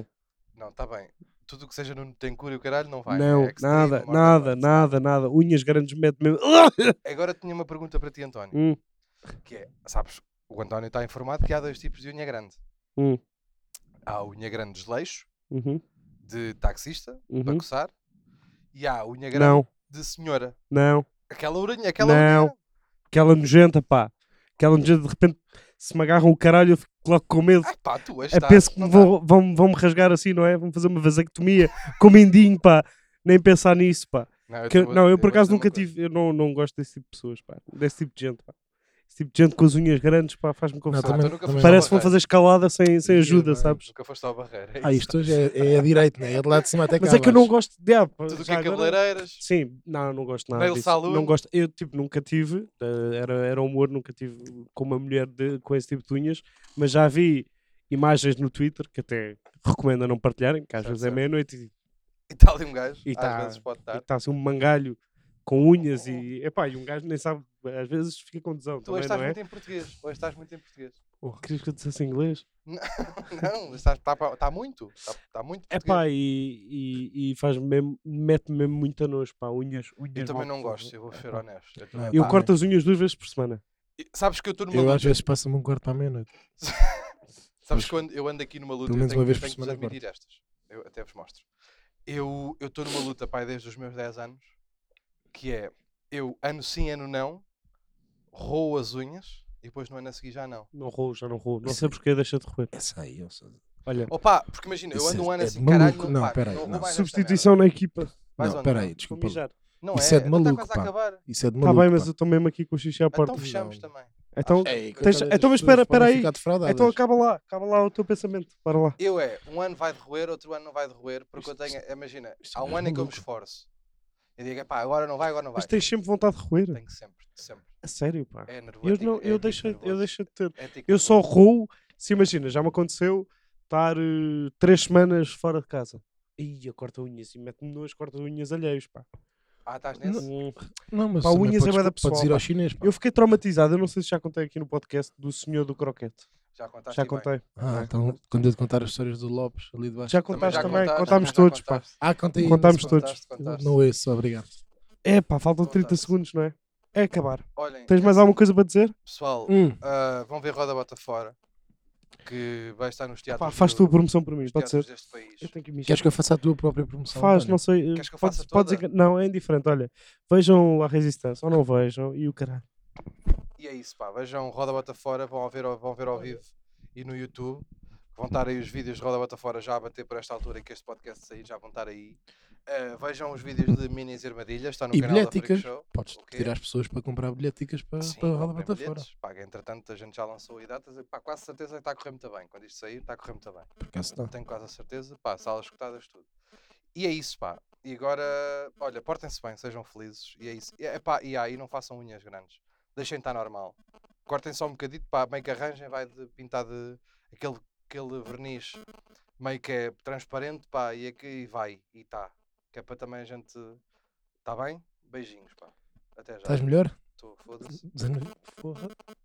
[SPEAKER 2] Não, está bem. Tudo o que seja no Tencour e o caralho não vai.
[SPEAKER 1] não,
[SPEAKER 2] é extreme,
[SPEAKER 1] nada,
[SPEAKER 2] mortal
[SPEAKER 1] nada,
[SPEAKER 2] kombat.
[SPEAKER 1] nada, nada. Unhas grandes mete mesmo.
[SPEAKER 2] Agora tinha uma pergunta para ti, António.
[SPEAKER 1] Hum,
[SPEAKER 2] Que é, sabes, o António está informado que há dois tipos de unha grande.
[SPEAKER 1] Hum.
[SPEAKER 2] Há a unha grande de desleixo,
[SPEAKER 1] uhum,
[SPEAKER 2] de taxista, para
[SPEAKER 1] uhum.
[SPEAKER 2] coçar. E há a unha grande
[SPEAKER 1] Não,
[SPEAKER 2] de senhora.
[SPEAKER 1] não.
[SPEAKER 2] Aquela orelha, aquela
[SPEAKER 1] Não.
[SPEAKER 2] unha.
[SPEAKER 1] Aquela nojenta, pá. Aquela nojenta, de repente, se me agarram o caralho, eu fico logo com medo.
[SPEAKER 2] Ah, pá, tu és
[SPEAKER 1] Eu
[SPEAKER 2] tá,
[SPEAKER 1] penso que
[SPEAKER 2] não
[SPEAKER 1] me
[SPEAKER 2] dá.
[SPEAKER 1] vão, vão, vão me rasgar assim, não é? Vão fazer uma vasectomia com o mindinho, pá. Nem pensar nisso, pá.
[SPEAKER 2] Não, eu,
[SPEAKER 1] Que-
[SPEAKER 2] te vou-
[SPEAKER 1] não, eu
[SPEAKER 2] vou
[SPEAKER 1] por acaso
[SPEAKER 2] dizer uma
[SPEAKER 1] nunca
[SPEAKER 2] coisa.
[SPEAKER 1] tive. Eu não, não gosto desse tipo de pessoas, pá. Desse tipo de gente, pá. Esse tipo de gente com as unhas grandes, pá, faz-me
[SPEAKER 3] Não,
[SPEAKER 1] confusão.
[SPEAKER 2] Ah,
[SPEAKER 3] também-
[SPEAKER 2] então nunca
[SPEAKER 3] também-
[SPEAKER 2] foste ao
[SPEAKER 1] Parece que vão
[SPEAKER 2] barreiro.
[SPEAKER 1] fazer escalada sem, sem
[SPEAKER 3] Sim,
[SPEAKER 1] ajuda,
[SPEAKER 3] bem.
[SPEAKER 1] sabes?
[SPEAKER 2] Nunca foste ao barreiro. é
[SPEAKER 3] Ah,
[SPEAKER 2] isso.
[SPEAKER 3] isto hoje é, é a direita, né? É de lá de cima até cá
[SPEAKER 1] Mas é que eu não
[SPEAKER 3] abaixo.
[SPEAKER 1] gosto de. Ah, pá,
[SPEAKER 2] Tudo o que
[SPEAKER 1] já
[SPEAKER 2] é
[SPEAKER 1] agora-
[SPEAKER 2] cabeleireiras.
[SPEAKER 1] Sim, não, não gosto nada
[SPEAKER 2] Nail
[SPEAKER 1] disso.
[SPEAKER 2] saloon.
[SPEAKER 1] Não gosto, eu tipo nunca tive, eh, era, era humor, nunca tive com uma mulher de- com esse tipo de unhas, mas já vi imagens no Twitter que até recomendo a não partilharem, que às
[SPEAKER 2] Certo,
[SPEAKER 1] vezes é
[SPEAKER 2] certo.
[SPEAKER 1] meia-noite e
[SPEAKER 2] E está ali um gajo,
[SPEAKER 1] E
[SPEAKER 2] às
[SPEAKER 1] tá-
[SPEAKER 2] vezes pode estar.
[SPEAKER 1] está assim um mangalho com unhas e, epá, e um gajo nem sabe, às vezes fica com desão
[SPEAKER 2] Uhum. Tu
[SPEAKER 1] também,
[SPEAKER 2] hoje estás
[SPEAKER 1] não é?
[SPEAKER 2] muito em português. Hoje estás muito em português.
[SPEAKER 1] Querias que eu dissesse em inglês?
[SPEAKER 2] Não, está tá, pa- tá muito. Está tá muito português.
[SPEAKER 1] Epá, e, e, e faz mesmo, mete-me mesmo muito a nojo, pá, unhas, unhas.
[SPEAKER 2] eu
[SPEAKER 1] mal
[SPEAKER 2] também não
[SPEAKER 1] que são.
[SPEAKER 2] gosto, eu vou ser honesto. Eu também
[SPEAKER 3] Não, é
[SPEAKER 2] não
[SPEAKER 1] é Eu
[SPEAKER 3] Pá,
[SPEAKER 2] gosto.
[SPEAKER 1] corto as unhas duas vezes por semana.
[SPEAKER 2] E Sabes que eu estou numa
[SPEAKER 3] Eu
[SPEAKER 2] luta.
[SPEAKER 3] às vezes passo-me um quarto para a meia-noite.
[SPEAKER 2] Sabes quando eu ando aqui numa luta,
[SPEAKER 3] Pelo
[SPEAKER 2] eu
[SPEAKER 3] menos
[SPEAKER 2] tenho,
[SPEAKER 3] uma
[SPEAKER 2] eu
[SPEAKER 3] vez por
[SPEAKER 2] tenho que vos
[SPEAKER 3] semana corto.
[SPEAKER 2] admitir estas. Eu até vos mostro. Eu estou numa luta, pai, desde os meus 10 anos, que é eu ano sim, ano não, roo as unhas e depois no ano a seguir já não.
[SPEAKER 1] Não roo, já não roo. Não
[SPEAKER 3] Isso
[SPEAKER 1] sei
[SPEAKER 3] é-
[SPEAKER 1] porquê, deixa de roer.
[SPEAKER 3] Essa aí, eu sou...
[SPEAKER 1] Olha,
[SPEAKER 2] Opa, porque imagina, eu
[SPEAKER 3] Isso
[SPEAKER 2] ando
[SPEAKER 3] é-
[SPEAKER 2] um ano
[SPEAKER 3] é de
[SPEAKER 2] assim, caralho,
[SPEAKER 3] maluco.
[SPEAKER 2] não,
[SPEAKER 3] Não,
[SPEAKER 2] paro,
[SPEAKER 3] pera aí,
[SPEAKER 2] vou
[SPEAKER 3] não.
[SPEAKER 2] mais esta
[SPEAKER 1] substituição na equipa.
[SPEAKER 2] merda. Vais
[SPEAKER 3] Não,
[SPEAKER 2] onde?
[SPEAKER 3] peraí,
[SPEAKER 1] Vou
[SPEAKER 3] desculpa. lá.
[SPEAKER 1] mijar.
[SPEAKER 2] Não
[SPEAKER 3] Isso é de
[SPEAKER 2] então tá
[SPEAKER 3] maluco,
[SPEAKER 2] quase a
[SPEAKER 3] pá.
[SPEAKER 2] acabar.
[SPEAKER 3] Isso é de
[SPEAKER 1] Está
[SPEAKER 3] maluco.
[SPEAKER 1] Tá bem, mas eu estou mesmo aqui com o xixi à porta.
[SPEAKER 2] Então fechamos também.
[SPEAKER 1] Então,
[SPEAKER 2] é
[SPEAKER 3] Ei,
[SPEAKER 1] tens-
[SPEAKER 3] coitadas
[SPEAKER 1] então, mas espera,
[SPEAKER 3] das pessoas, podem
[SPEAKER 1] espera aí.
[SPEAKER 3] ficar defraudadas.
[SPEAKER 1] então acaba lá, acaba lá o teu pensamento. Para lá.
[SPEAKER 2] Eu é, um ano vai de roer, outro ano não vai de roer, porque eu tenho, imagina,
[SPEAKER 3] isto é
[SPEAKER 2] há um
[SPEAKER 3] mesmo
[SPEAKER 2] ano em que eu me
[SPEAKER 3] maluco.
[SPEAKER 2] esforço. Eu digo, pá, agora não vai, agora não vai.
[SPEAKER 1] Mas tens sempre vontade de roer.
[SPEAKER 2] Tenho sempre, sempre.
[SPEAKER 1] A sério, pá.
[SPEAKER 2] É nervoso.
[SPEAKER 1] Eu, não, eu, deixo, eu deixo de ter.
[SPEAKER 2] É tico
[SPEAKER 1] Eu só
[SPEAKER 2] nervoso.
[SPEAKER 1] roo, se imagina, já me aconteceu estar eh, três semanas fora de casa. Ih, eu corto unhas e mete-me dois corta-unhas alheios, pá.
[SPEAKER 2] Ah, estás nesse?
[SPEAKER 1] Hum.
[SPEAKER 3] Não, mas
[SPEAKER 1] Pá,
[SPEAKER 3] também
[SPEAKER 1] unhas é
[SPEAKER 3] podes-
[SPEAKER 1] bué da
[SPEAKER 3] Podes ir
[SPEAKER 1] pessoal,
[SPEAKER 3] ao chinês, pá.
[SPEAKER 1] Eu fiquei traumatizado, eu não sei se já contei aqui no podcast do senhor do croquete.
[SPEAKER 2] Já contaste.
[SPEAKER 1] Já
[SPEAKER 2] e Tá bem.
[SPEAKER 1] contei.
[SPEAKER 3] Ah, então, quando eu te contar as histórias do Lopes, ali debaixo...
[SPEAKER 1] Já
[SPEAKER 2] Também
[SPEAKER 1] contaste
[SPEAKER 2] já
[SPEAKER 1] também,
[SPEAKER 2] contaste,
[SPEAKER 1] contámos
[SPEAKER 2] já
[SPEAKER 1] todos, pá.
[SPEAKER 2] contaste,
[SPEAKER 3] Ah, contei...
[SPEAKER 1] Contámos
[SPEAKER 3] isso, pá.
[SPEAKER 1] todos.
[SPEAKER 2] contaste, contaste.
[SPEAKER 3] Não é isso, obrigado.
[SPEAKER 1] É pá, faltam 30
[SPEAKER 2] Contaste. assim.
[SPEAKER 1] segundos, não é? É acabar.
[SPEAKER 2] Olhem, é
[SPEAKER 1] Tens mais alguma coisa para dizer?
[SPEAKER 2] pessoal,
[SPEAKER 3] Hum,
[SPEAKER 2] ah, vão ver Roda Bota Fora, que vai estar nos teatros.
[SPEAKER 1] Pá, faz
[SPEAKER 2] do-
[SPEAKER 1] tu a promoção para mim,
[SPEAKER 2] nos
[SPEAKER 1] pode
[SPEAKER 2] teatros
[SPEAKER 1] ser?
[SPEAKER 2] deste país.
[SPEAKER 1] Eu tenho que mijar.
[SPEAKER 3] Queres que eu faça a tua própria promoção?
[SPEAKER 1] Faz,
[SPEAKER 3] António?
[SPEAKER 1] não sei. eh,
[SPEAKER 2] Queres que eu
[SPEAKER 1] podes-
[SPEAKER 2] faça
[SPEAKER 1] podes
[SPEAKER 2] toda?
[SPEAKER 1] Oh, enca- Não, é indiferente. Olha, vejam a Resistência ou não vejam e o caralho.
[SPEAKER 2] E é isso, pá. Vejam Roda Bota Fora, vão ver, ao- vão ver ao vivo e no YouTube. que Vão estar aí os vídeos de Roda Bota Fora já a bater por esta altura em que este podcast sair, já vão estar aí. Ah, vejam os vídeos de Minis e Armadilhas, está no
[SPEAKER 3] E
[SPEAKER 2] canal da Freak
[SPEAKER 3] bilhéticas.
[SPEAKER 2] Show.
[SPEAKER 3] Podes
[SPEAKER 2] O quê?
[SPEAKER 3] pedir às pessoas para comprar bilhéticas para,
[SPEAKER 2] Sim,
[SPEAKER 3] para a roda
[SPEAKER 2] comprem
[SPEAKER 3] bota fora.
[SPEAKER 2] bilhetes, Paga, entretanto, a gente já lançou aí datas. e Pá, quase certeza que está a correr muito bem. Quando isto sair, está a correr muito bem.
[SPEAKER 3] Por acaso está.
[SPEAKER 2] Tenho quase a certeza. Pá, salas escutadas, tudo. E é isso, pá. E agora, olha, portem-se bem, sejam felizes. E é isso. E, epá, e aí, não façam unhas grandes. Deixem estar normal. Cortem só um bocadito, pá, meio que arranjem, vai de pintar de aquele, aquele verniz meio que é transparente, pá, e aqui vai, e tá. Que é para também a gente. Tá bem? Beijinhos, pá. Até já.
[SPEAKER 3] Estás melhor?
[SPEAKER 2] Tô, foda-se.
[SPEAKER 3] Desanimado. Porra.